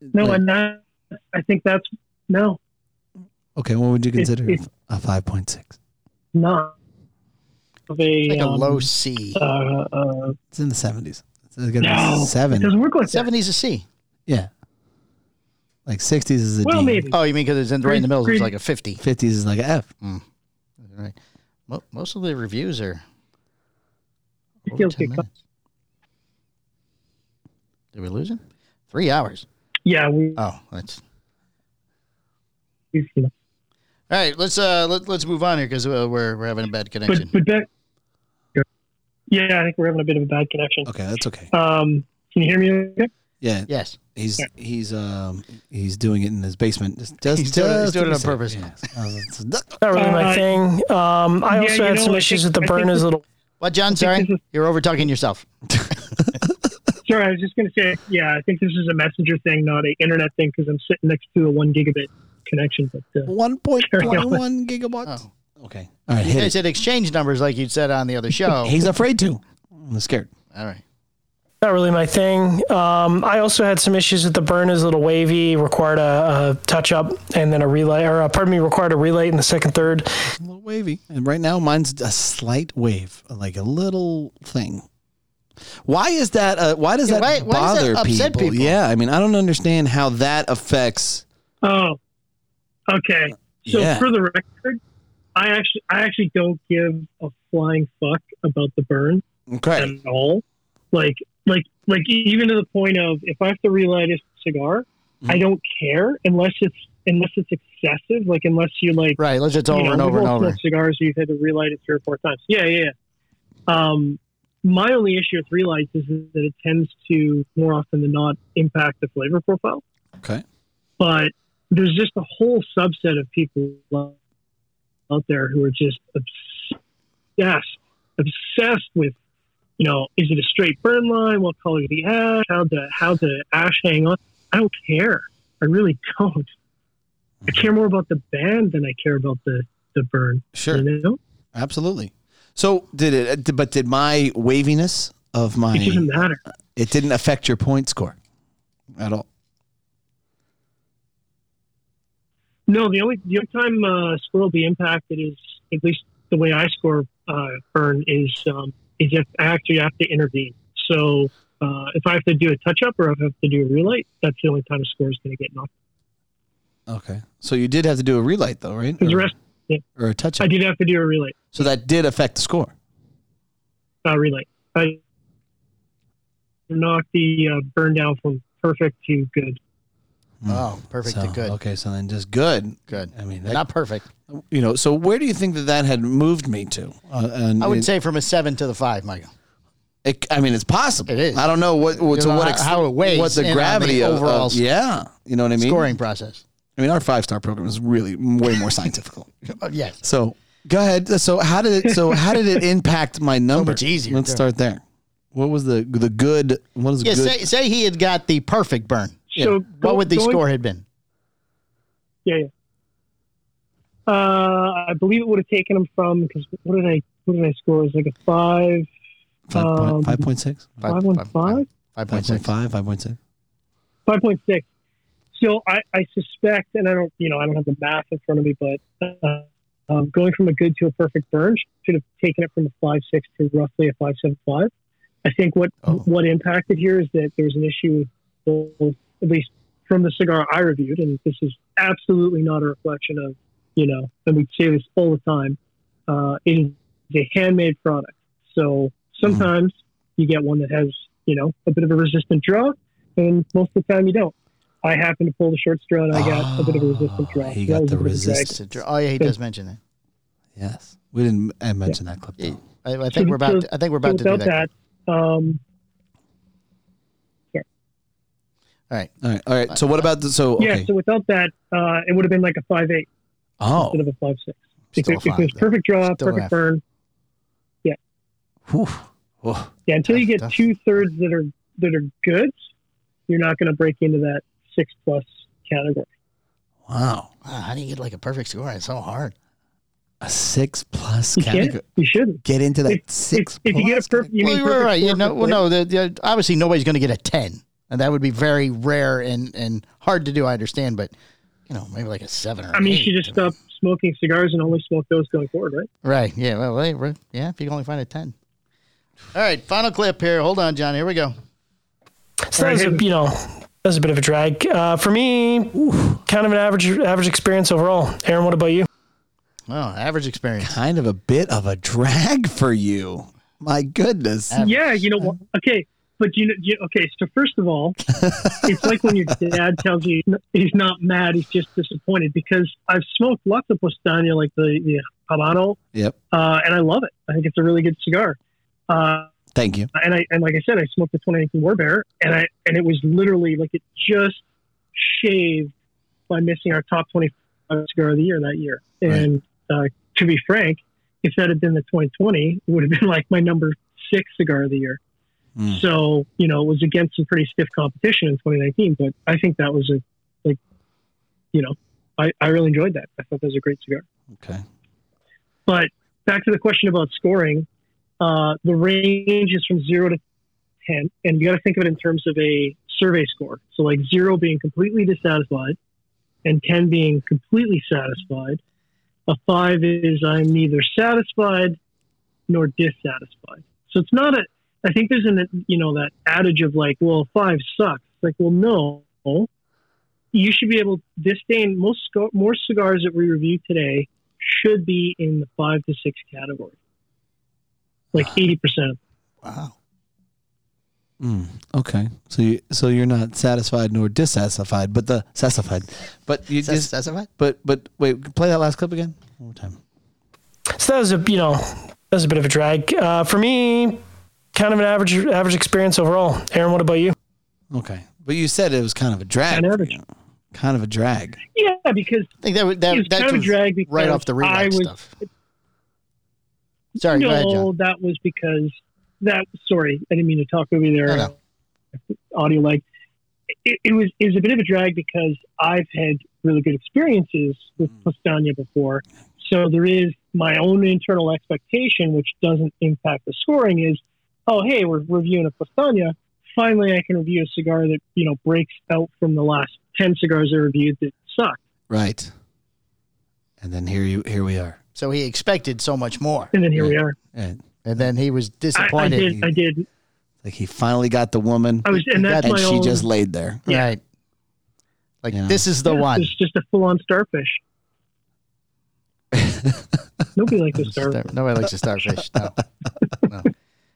Speaker 5: no,
Speaker 1: Like-
Speaker 5: and that, I think that's no,
Speaker 1: Okay, what would you
Speaker 5: It's-
Speaker 1: consider
Speaker 5: it's-
Speaker 1: a 5.6?
Speaker 5: not of a,
Speaker 2: Like a
Speaker 5: um,
Speaker 2: low C.
Speaker 5: Uh, uh,
Speaker 1: It's in the 70s. It's going to
Speaker 5: no,
Speaker 1: be 7.
Speaker 5: It doesn't work like that.
Speaker 2: 70's a C.
Speaker 1: Yeah. Like 60s is a D.
Speaker 5: Well, maybe.
Speaker 2: Oh, you mean because it's in right in the middle,
Speaker 5: Green-
Speaker 2: it's like a 50.
Speaker 1: 50s is like an F.
Speaker 2: Right. Mo- Most of the reviews are
Speaker 5: It
Speaker 2: over
Speaker 5: feels
Speaker 2: 10
Speaker 5: good.
Speaker 2: minutes. Did we lose him? Three hours.
Speaker 5: Yeah, we,
Speaker 2: Oh, that's
Speaker 5: we
Speaker 2: all right. Let's uh let, let's move on here because uh, we're we're having a bad connection.
Speaker 5: but, but back, yeah, I think we're having a bit of a bad connection.
Speaker 1: Okay, that's okay.
Speaker 5: Um, can you hear me? Okay?
Speaker 1: Yeah,
Speaker 2: yes,
Speaker 1: he's he's um he's doing it in his basement. Just, just,
Speaker 2: He's doing it- he's
Speaker 1: just
Speaker 2: doing
Speaker 1: to
Speaker 2: it on
Speaker 1: be
Speaker 2: purpose.
Speaker 1: safe. Yes. Uh, that's-
Speaker 3: Not really my
Speaker 5: Uh,
Speaker 3: thing. Um, I
Speaker 5: yeah,
Speaker 3: also
Speaker 5: you
Speaker 3: had
Speaker 5: know,
Speaker 3: some
Speaker 5: I
Speaker 3: issues
Speaker 5: think-
Speaker 3: with
Speaker 5: I
Speaker 3: the
Speaker 5: think
Speaker 3: burn is
Speaker 5: this-
Speaker 3: a little
Speaker 2: what, John? Sorry,
Speaker 5: this is-
Speaker 2: you're over talking yourself.
Speaker 5: Sorry, I was just going to say, yeah, I think this is a messenger thing, not a internet thing, because I'm sitting next to a one gigabit connection. But uh,
Speaker 1: 1.21 gigawatts.
Speaker 2: Oh,
Speaker 1: Okay. All right.
Speaker 2: You
Speaker 1: Hit
Speaker 2: guys
Speaker 1: it.
Speaker 2: had exchange numbers like you said on the other show.
Speaker 1: He's afraid to. I'm scared.
Speaker 2: All right.
Speaker 3: not really my thing. Um, I also had some issues with the burn is a little wavy, required a, a touch up and then a relay, or uh, pardon me, required a relay in the second third.
Speaker 1: A little wavy. And right now, mine's a slight wave, like a little thing. Why is that? Uh, why does
Speaker 2: Yeah,
Speaker 1: that
Speaker 2: why- why does
Speaker 1: bother
Speaker 2: that upset people?
Speaker 1: Yeah, I mean, I don't understand how that affects.
Speaker 5: Oh, okay. So
Speaker 1: Yeah.
Speaker 5: for the record, I actually I actually don't give a flying fuck about the burn
Speaker 1: Okay.
Speaker 5: at all. Like like like e- even to the point of if I have to relight a cigar, I don't care unless it's unless it's excessive. Like unless you like
Speaker 2: Right. Let's just
Speaker 5: you
Speaker 2: over
Speaker 5: know,
Speaker 2: and
Speaker 5: we
Speaker 2: over and
Speaker 5: both
Speaker 2: over.
Speaker 5: smoke Cigars you've had to relight it three or four times. Yeah, yeah. yeah. Um, my only issue with relights is that it tends to more often than not impact the flavor profile
Speaker 1: Okay.
Speaker 5: but there's just a whole subset of people out there who are just obsessed, obsessed with, you know, is it a straight burn line? What color is the ash? How the how the ash hang on? I don't care. I really don't. I care more about the band than I care about the the burn.
Speaker 1: Sure.
Speaker 5: You know?
Speaker 1: Absolutely. So did it? uh, But did my waviness of my
Speaker 5: It doesn't matter.
Speaker 1: it didn't affect your point score at all?
Speaker 5: No, the only the only time uh, score will be impacted is at least the way I score uh, burn is um, is if I actually have to intervene. So uh, if I have to do a touch up or if I have to do a relight, that's the only time a score is going to get knocked.
Speaker 1: Okay. So you did have to do a relight though, right?
Speaker 2: Mm.
Speaker 5: Because the
Speaker 1: Or-
Speaker 5: rest,
Speaker 1: or a touch
Speaker 5: I
Speaker 1: up.
Speaker 5: did have to do a relight.
Speaker 1: So that did affect the score.
Speaker 5: Uh, relight. I knocked the uh, burn down from perfect to good. Mm.
Speaker 2: Oh, perfect
Speaker 1: So,
Speaker 2: to good.
Speaker 1: Okay, so then just good.
Speaker 2: Good.
Speaker 1: I mean, that,
Speaker 2: Not perfect.
Speaker 1: you know. So where do you think that that had moved me to? Uh, and
Speaker 2: I would
Speaker 1: it,
Speaker 2: say from a seven to the five, Michael.
Speaker 1: it- I mean, it's possible.
Speaker 2: It is.
Speaker 1: I don't know what, what
Speaker 2: You
Speaker 1: to
Speaker 2: know
Speaker 1: what
Speaker 2: how-
Speaker 1: ex-
Speaker 2: how it weighs
Speaker 1: what
Speaker 2: in
Speaker 1: the
Speaker 2: on
Speaker 1: gravity
Speaker 2: the
Speaker 1: of-
Speaker 2: overall
Speaker 1: of, yeah. You know what I mean?
Speaker 2: Scoring process.
Speaker 1: I mean, our five star program is really way more scientific.
Speaker 2: Oh, yes.
Speaker 1: So go ahead. So how did it? So how did it impact
Speaker 5: Oh,
Speaker 1: my number?
Speaker 2: much easier,
Speaker 1: Let's
Speaker 2: too.
Speaker 1: start there. What was the the good? What is
Speaker 2: Yeah.
Speaker 1: good?
Speaker 2: Say, say he had got the perfect burn.
Speaker 5: So
Speaker 2: What
Speaker 5: go-
Speaker 2: would the
Speaker 5: going-
Speaker 2: score had been?
Speaker 5: Yeah, yeah. Uh, I believe it would have taken him from because what did I what did I score? It was like a five,
Speaker 1: Five point-
Speaker 5: um,
Speaker 1: five point six.
Speaker 5: five one five.
Speaker 2: Five
Speaker 1: Five
Speaker 2: point
Speaker 1: point
Speaker 2: six.
Speaker 1: five. Five point six.
Speaker 5: Five point six. So I, I suspect, and I don't, you know, I don't have the math in front of me, but uh, um, going from a good to a perfect burn should have taken it from a five six to roughly a five seven five. I think what
Speaker 1: Oh.
Speaker 5: what impacted here is that there was an issue, with both, at least from the cigar I reviewed, and this is absolutely not a reflection of, you know, and we say this all the time. Uh, it is a handmade product, so sometimes
Speaker 2: Mm-hmm.
Speaker 5: you get one that has, you know, a bit of a resistant draw, and most of the time you don't. I happened to pull the short straw, and I got a bit of a resistant
Speaker 1: Ah,
Speaker 5: draw.
Speaker 1: he
Speaker 5: So that
Speaker 1: got
Speaker 5: was
Speaker 1: the
Speaker 5: a bit of a drag.
Speaker 1: resist-
Speaker 2: Oh yeah, he does mention that.
Speaker 1: Yes. We didn't uh, mention that clip.
Speaker 2: Yeah.
Speaker 1: Though.
Speaker 2: I, I think we're about. To, I think we're
Speaker 5: So
Speaker 2: about to do
Speaker 5: without
Speaker 2: that.
Speaker 5: that, um,
Speaker 2: All right.
Speaker 1: All right. All right. So what about the so? Okay.
Speaker 5: Uh, yeah, so without that, uh, it would have been like a five eight
Speaker 1: oh.
Speaker 5: instead of a five six. If,
Speaker 2: Still a
Speaker 5: it- if it was
Speaker 2: five, though.
Speaker 5: perfect draw,
Speaker 2: Still an
Speaker 5: perfect
Speaker 2: F.
Speaker 5: burn.
Speaker 1: Whew. Oh.
Speaker 5: Yeah, until you
Speaker 2: That's-
Speaker 5: get
Speaker 2: that's-
Speaker 5: two thirds that are that are good, you're not going to break into that six plus category.
Speaker 1: Wow.
Speaker 2: Wow, how do you get like a perfect score? It's so hard.
Speaker 1: A six plus
Speaker 5: You can't.
Speaker 1: category.
Speaker 5: You shouldn't.
Speaker 1: Get into that
Speaker 5: If,
Speaker 1: six.
Speaker 5: if, if you get
Speaker 1: plus
Speaker 5: a perfect, you
Speaker 2: well,
Speaker 5: mean
Speaker 2: you're
Speaker 5: perfect
Speaker 2: right.
Speaker 5: score
Speaker 2: You
Speaker 5: for
Speaker 2: know, well,
Speaker 5: play-
Speaker 2: no, the, the, obviously nobody's going to get a ten, and that would be very rare and and hard to do. I understand, but you know, maybe like a seven or.
Speaker 5: I
Speaker 2: an
Speaker 5: mean, you should
Speaker 2: eight.
Speaker 5: just stop smoking cigars and only smoke those going forward, right?
Speaker 2: Right. Yeah. Well. Wait, right, yeah. If you can only find a ten. All right. Final clip here. Hold on, John. Here we go.
Speaker 3: So that was a, you know, that was a bit of a drag uh, for me. Kind of an average average experience overall. Aaron, what about you?
Speaker 2: Oh, average experience.
Speaker 1: Kind of a bit of a drag for you. My goodness.
Speaker 2: Average.
Speaker 5: Yeah, you know what? Okay, but you know, you, okay. So first of all, it's like when your dad tells you he's not mad, he's just disappointed because I've smoked lots of Postania, like the, the Habano,
Speaker 1: Yep.
Speaker 5: uh, and I love it. I think it's a really good cigar. Uh,
Speaker 1: Thank you.
Speaker 5: and I and like I said, I smoked the 2019 War Bear, and I and it was literally like it just shaved by missing our top 25 cigar of the year that year. And uh, to be frank, if that had been the 2020, it would have been like my number six cigar of the year.
Speaker 1: Mm.
Speaker 5: So you know, it was against some pretty stiff competition in 2019, but I think that was a like, you know, I I really enjoyed that. I thought that was a great cigar.
Speaker 1: Okay.
Speaker 5: But back to the question about scoring, uh, the range is from zero to ten, and you got to think of it in terms of a survey score. So like zero being completely dissatisfied, and ten being completely satisfied. A five is I'm neither satisfied nor dissatisfied. So it's not a. I think there's an you know that adage of like, well, five sucks. It's Like, well, no. You should be able disdain most sco- more cigars that we review today should be in the five to six category, like eighty percent.
Speaker 2: Wow.
Speaker 1: Mm, okay, so you so you're not satisfied nor dissatisfied, but the satisfied, but you
Speaker 2: Is that
Speaker 1: just
Speaker 2: specified?
Speaker 1: but but wait, play that last clip again one more time.
Speaker 3: So that was a you know that was a bit of a drag uh, for me. Kind of an average average experience overall. Aaron, what about you?
Speaker 1: Okay, but you said it was kind of a drag,
Speaker 5: Kind of a-
Speaker 1: kind of a drag.
Speaker 5: Yeah, because
Speaker 2: I think that would- that
Speaker 5: It was
Speaker 2: that
Speaker 5: kind of
Speaker 2: was
Speaker 5: a drag
Speaker 2: right
Speaker 5: because
Speaker 2: off the
Speaker 5: I
Speaker 2: relapse
Speaker 5: was-
Speaker 2: stuff. Sorry,
Speaker 5: no,
Speaker 2: go ahead, John.
Speaker 5: that was because that. Sorry, I didn't mean to talk over you there.
Speaker 2: No, no.
Speaker 5: Audio lag. It, it was is a bit of a drag because I've had really good experiences with
Speaker 2: Mm.
Speaker 5: Pastania before, so there is my own internal expectation, which doesn't impact the scoring. Is oh hey, we're reviewing a Pastania. Finally, I can review a cigar that you know breaks out from the last ten cigars I reviewed that suck.
Speaker 1: Right. And then here you here we are.
Speaker 2: So he expected so much more,
Speaker 5: And then here we are.
Speaker 1: And
Speaker 2: and then he was
Speaker 5: I, I
Speaker 2: disappointed.
Speaker 5: did. I did.
Speaker 1: like he finally got the woman
Speaker 5: I was, and that's
Speaker 1: and
Speaker 5: my
Speaker 1: she
Speaker 5: own.
Speaker 1: just laid there.
Speaker 5: yeah.
Speaker 2: Right. Like
Speaker 1: Yeah.
Speaker 2: this is the
Speaker 5: Yeah,
Speaker 2: one.
Speaker 5: It's just a full on starfish. Nobody likes a starfish.
Speaker 2: Star- Nobody likes a starfish. No. no.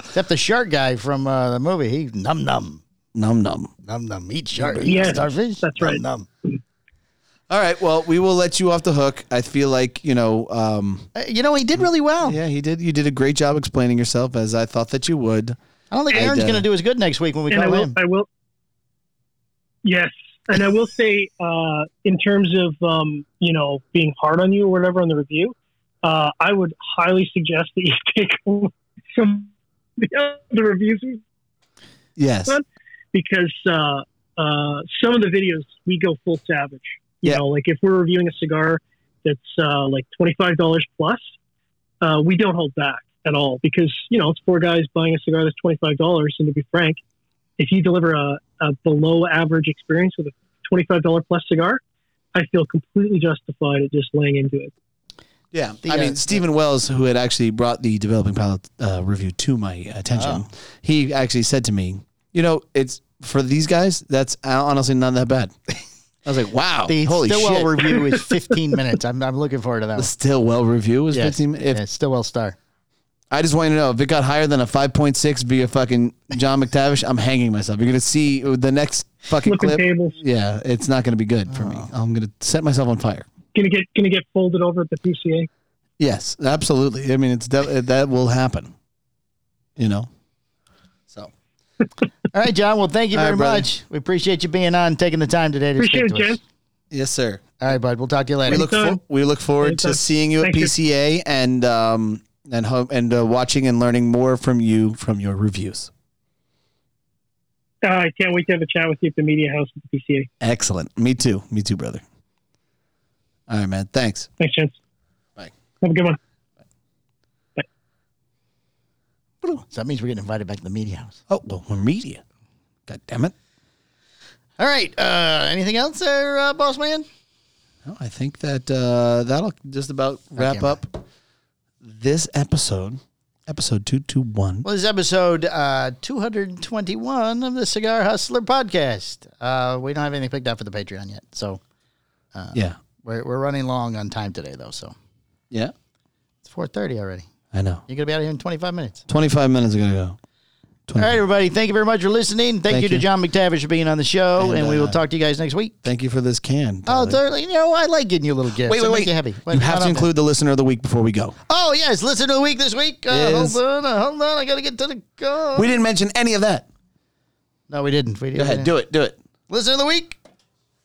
Speaker 2: Except the shark guy from uh, the movie. He num num
Speaker 1: Num num.
Speaker 2: num num. Eat shark. Eat
Speaker 5: Yes,
Speaker 2: starfish.
Speaker 5: that's right.
Speaker 2: Num num.
Speaker 1: All right, well, we will let you off the hook. I feel like, you know, um,
Speaker 2: Uh, you know he did really well.
Speaker 1: yeah, he did you did a great job explaining yourself as I thought that you would.
Speaker 2: I don't think
Speaker 1: I
Speaker 2: Aaron's
Speaker 1: did.
Speaker 2: going to do as good next week when we
Speaker 5: and I
Speaker 2: call
Speaker 5: will,
Speaker 2: him.
Speaker 5: I will. Yes, and I will say, uh, in terms of um, you know being hard on you or whatever on the review, uh, I would highly suggest that you take a look at some of the other reviews we've
Speaker 1: Yes.
Speaker 5: Well, because uh, uh, some of the videos we go full savage. You
Speaker 1: Yeah.
Speaker 5: know, like if we're reviewing a cigar that's uh, like twenty five dollars plus, uh, we don't hold back at all because you know it's four guys buying a cigar that's twenty five dollars. And to be frank, if you deliver a, a below average experience with a twenty five dollar plus cigar, I feel completely justified at just laying into it.
Speaker 1: Yeah,
Speaker 2: The,
Speaker 1: I
Speaker 2: uh,
Speaker 1: mean Stephen Wells, who had actually brought the developing pilot uh, review to my attention,
Speaker 2: Oh.
Speaker 1: he actually said to me, "You know, it's for these guys. That's uh, honestly not that bad." I was like, "Wow,
Speaker 2: The
Speaker 1: holy
Speaker 2: Stillwell
Speaker 1: shit!"
Speaker 2: review is 15 minutes. I'm, I'm looking forward to that
Speaker 1: the
Speaker 2: one.
Speaker 1: Stillwell review was
Speaker 2: Yes.
Speaker 1: 15. If
Speaker 2: yeah, Stillwell star.
Speaker 1: I just want you to know if it got higher than a 5.6 via fucking John McTavish, I'm hanging myself. You're gonna see uh, the next fucking
Speaker 5: Flipping
Speaker 1: clip.
Speaker 5: tables,
Speaker 1: Yeah, it's not gonna be good for me.
Speaker 2: Oh.
Speaker 1: I'm gonna set myself on fire.
Speaker 5: gonna get gonna get folded over at the PCA.
Speaker 1: Yes, absolutely. I mean, it's de- that will happen. You know. So.
Speaker 2: All right, John. Well, thank you
Speaker 1: All right,
Speaker 2: very
Speaker 1: brother.
Speaker 2: much. We appreciate you being on, and taking the time today to
Speaker 5: Appreciate
Speaker 2: speak
Speaker 5: it,
Speaker 2: to us.
Speaker 5: Jen.
Speaker 1: Yes, sir.
Speaker 2: All right, bud. We'll talk to you
Speaker 1: We
Speaker 2: later.
Speaker 1: look for,
Speaker 5: Anytime.
Speaker 1: we look forward to
Speaker 5: Anytime.
Speaker 1: seeing you at
Speaker 5: Thank you.
Speaker 1: PCA and um and ho- and uh, watching and learning more from you from your reviews.
Speaker 5: Uh, I can't wait to have a chat with you at the media house at the PCA.
Speaker 1: Excellent. Me too. Me too, brother. All right, man. Thanks.
Speaker 5: Thanks, Jen.
Speaker 1: Bye.
Speaker 5: Have a good one.
Speaker 2: So that means we're getting invited back to the media house.
Speaker 1: Oh, well, we're media. God damn it.
Speaker 2: All right. Uh, anything else there, uh, boss man?
Speaker 1: No, I think that uh, that'll just about wrap
Speaker 2: damn it.
Speaker 1: up this episode, episode 221.
Speaker 2: Well, this is episode uh, 221 of the Cigar Hustler podcast. Uh, we don't have anything picked up for the Patreon yet. So
Speaker 1: yeah.
Speaker 2: we're, we're running long on time today, though. So
Speaker 1: Yeah.
Speaker 2: it's 4.30 already.
Speaker 1: I know.
Speaker 2: You're going to be out of here in 25 minutes.
Speaker 1: 25 minutes are going to go.
Speaker 2: All
Speaker 1: 20.
Speaker 2: right, everybody. Thank you very much for listening. Thank,
Speaker 1: Thank
Speaker 2: you, to
Speaker 1: you.
Speaker 2: John McTavish for being on the show. And,
Speaker 1: And,
Speaker 2: we will
Speaker 1: uh,
Speaker 2: talk to you guys next week.
Speaker 1: Thank you for this can.
Speaker 2: Oh,
Speaker 1: Tyler.
Speaker 2: totally. You know, I like getting you little gifts.
Speaker 1: wait,
Speaker 2: It
Speaker 1: wait, wait.
Speaker 2: makes You,
Speaker 1: You,
Speaker 2: happy. Wait,
Speaker 1: have
Speaker 2: hold
Speaker 1: to
Speaker 2: on.
Speaker 1: include the listener of the week before we go.
Speaker 2: Oh, yes. Listen to the week this week. Uh,
Speaker 1: Yes.
Speaker 2: Hold on. uh, Hold on. I got to get to the. Uh,
Speaker 1: We didn't mention any of that.
Speaker 2: no, we didn't. We didn't.
Speaker 1: Go ahead. Do it. Do it.
Speaker 2: Listen to the week.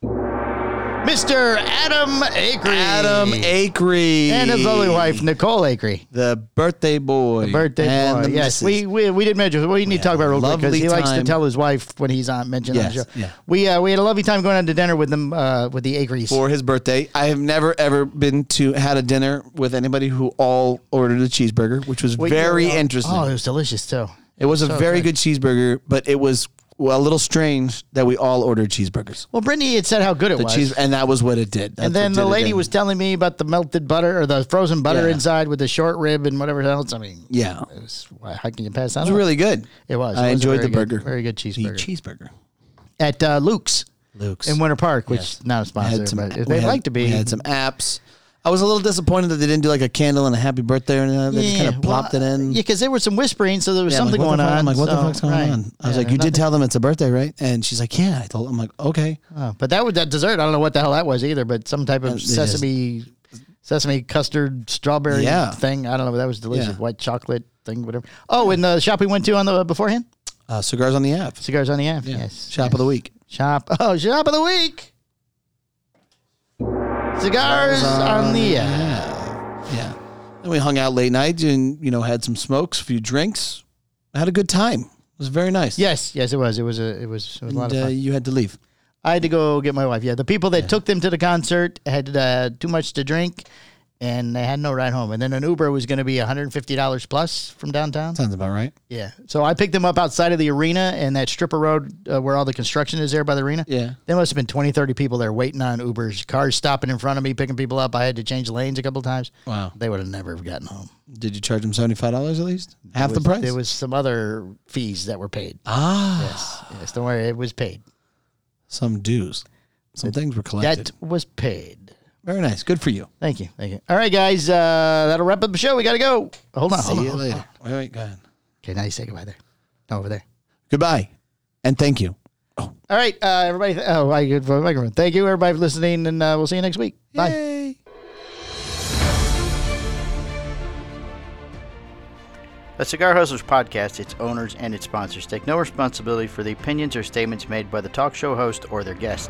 Speaker 2: Mr. Adam Acree.
Speaker 1: Adam Akery
Speaker 2: And his lovely wife, Nicole Acree.
Speaker 1: the birthday boy,
Speaker 2: Birthday
Speaker 1: and
Speaker 2: boy.
Speaker 1: The
Speaker 2: yes,
Speaker 1: missus.
Speaker 2: we, we we did mention. We need to talk about it real quick because
Speaker 1: lovely
Speaker 2: he likes to
Speaker 1: time.
Speaker 2: tell his wife when he's on mentioned on the
Speaker 1: Yes,
Speaker 2: show.
Speaker 1: yeah.
Speaker 2: We uh, we had a lovely time going out to dinner with them uh, with the Acrees.
Speaker 1: for his birthday. I have never ever been to had a dinner with anybody who all ordered a cheeseburger, which was
Speaker 2: We-
Speaker 1: very
Speaker 2: uh,
Speaker 1: interesting.
Speaker 2: Oh, it was delicious too.
Speaker 1: it was a very good cheeseburger, but it was well, a little strange that we all ordered cheeseburgers.
Speaker 2: Well, Brittany had said how good it
Speaker 1: The
Speaker 2: was.
Speaker 1: cheese, and that was what it did. That's
Speaker 2: and then
Speaker 1: what did
Speaker 2: the
Speaker 1: it
Speaker 2: lady
Speaker 1: in.
Speaker 2: was telling me about the melted butter or the frozen butter
Speaker 1: Yeah.
Speaker 2: inside with the short rib and whatever else. I mean,
Speaker 1: yeah,
Speaker 2: it
Speaker 1: it
Speaker 2: was, why- how can you pass that?
Speaker 1: was
Speaker 2: on?
Speaker 1: really good.
Speaker 2: It was.
Speaker 1: I
Speaker 2: It was a
Speaker 1: enjoyed
Speaker 2: very
Speaker 1: the
Speaker 2: good-
Speaker 1: burger.
Speaker 2: very good cheeseburger.
Speaker 1: The cheeseburger.
Speaker 2: at uh, Luke's
Speaker 1: Luke's
Speaker 2: in Winter Park, which is not a
Speaker 1: I
Speaker 2: sponsor,
Speaker 1: had some.
Speaker 2: but
Speaker 1: we
Speaker 2: if they'd
Speaker 1: had-
Speaker 2: like to be.
Speaker 1: We had some apps. I was a little disappointed that they didn't do like a candle and a happy birthday or anything. They just kind
Speaker 2: Yeah,
Speaker 1: of plopped
Speaker 2: well,
Speaker 1: it in.
Speaker 2: Yeah, because there was some whispering, so there was
Speaker 1: Yeah, I'm
Speaker 2: something
Speaker 1: like, what
Speaker 2: going
Speaker 1: the fuck-
Speaker 2: on.
Speaker 1: I'm like, what the
Speaker 2: so-
Speaker 1: fuck's going
Speaker 2: right.
Speaker 1: on? I was
Speaker 2: Yeah,
Speaker 1: like, you
Speaker 2: nothing-
Speaker 1: did tell them it's a birthday, right? And she's like, yeah. I told. I'm like, okay.
Speaker 2: Oh, but that was that dessert. I don't know what the hell that was either, but some type of
Speaker 1: just-
Speaker 2: sesame, sesame custard, strawberry
Speaker 1: Yeah.
Speaker 2: thing. I don't know. but That was delicious.
Speaker 1: Yeah.
Speaker 2: White chocolate thing, whatever. Oh, and the shop we went to on the beforehand,
Speaker 1: Uh, cigars on the app.
Speaker 2: cigars on the app. Yes,
Speaker 1: Shop of the week.
Speaker 2: shop. Oh, shop of the week. Cigars on the app.
Speaker 1: Yeah. Yeah. And we hung out late night and you know had some smokes, a few drinks. had a good time. It was very nice.
Speaker 2: Yes, yes, it was. It was a. It was, it was a lot
Speaker 1: And
Speaker 2: of
Speaker 1: uh,
Speaker 2: fun.
Speaker 1: you had to leave.
Speaker 2: I had to go get my wife. Yeah, the people that took them to the concert had uh, too much to drink, and they had no ride home. And then an Uber was going to be one hundred and fifty dollars plus from downtown.
Speaker 1: Sounds about right.
Speaker 2: Yeah, so I picked them up outside of the arena and that stripper road uh, where all the construction is there by the arena.
Speaker 1: Yeah.
Speaker 2: There must have been 20, 30 people there waiting on Ubers. Cars stopping in front of me, picking people up. I had to change lanes a couple times.
Speaker 1: Wow.
Speaker 2: They would have never have gotten home.
Speaker 1: Did you charge them seventy five dollars at least? Half
Speaker 2: It
Speaker 1: the
Speaker 2: was-
Speaker 1: price.
Speaker 2: There was some other fees that were paid.
Speaker 1: ah,
Speaker 2: Yes, yes. Don't worry, it was paid.
Speaker 1: some dues. Some things were collected.
Speaker 2: That was paid.
Speaker 1: very nice. Good for you.
Speaker 2: Thank you. Thank you. All right, guys. Uh, that'll wrap up the show. We got to go. Hold on.
Speaker 1: See
Speaker 2: hold on,
Speaker 1: you
Speaker 2: hold on.
Speaker 1: later. Wait, wait, go ahead.
Speaker 2: Okay, now you say goodbye there. No, over there.
Speaker 1: Goodbye, and thank you.
Speaker 2: All right, uh, everybody. oh, I could for the microphone. Thank you, everybody, for listening, and uh, we'll see you next week. Bye.
Speaker 1: Yay.
Speaker 6: The Cigar Hustlers podcast, its owners, and its sponsors take no responsibility for the opinions or statements made by the talk show host or their guest.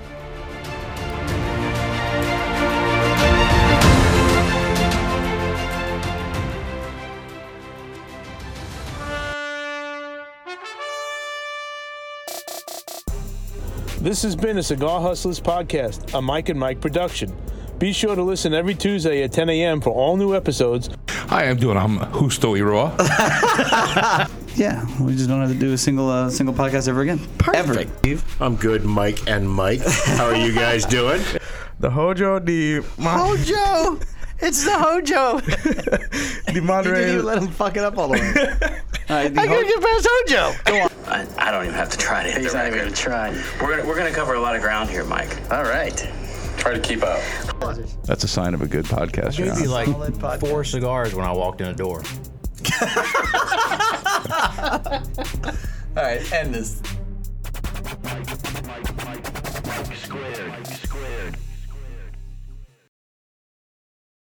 Speaker 7: This has been a Cigar Hustlers podcast, a Mike and Mike production. Be sure to listen every Tuesday at 10 a.m. for all new episodes
Speaker 8: Hi, I'm doing. I'm Husto Iroa.
Speaker 9: Yeah, we just don't have to do a single uh, single podcast ever again. Perfect. Ever.
Speaker 10: I'm good, Mike and Mike. How are you guys doing?
Speaker 8: The Hojo de
Speaker 6: Hojo! It's the Hojo!
Speaker 8: the Monterey.
Speaker 1: let him fuck it up all the way.
Speaker 6: I gotta get past Hojo!
Speaker 11: I, I don't even have to try to hit the record. We're gonna, we're gonna cover a lot of ground here, Mike. All right. Try to keep up.
Speaker 8: That's a sign of a good podcast. You're on.
Speaker 10: like four cigars when I walked in the door.
Speaker 11: All right, end this.
Speaker 10: Squared. Squared.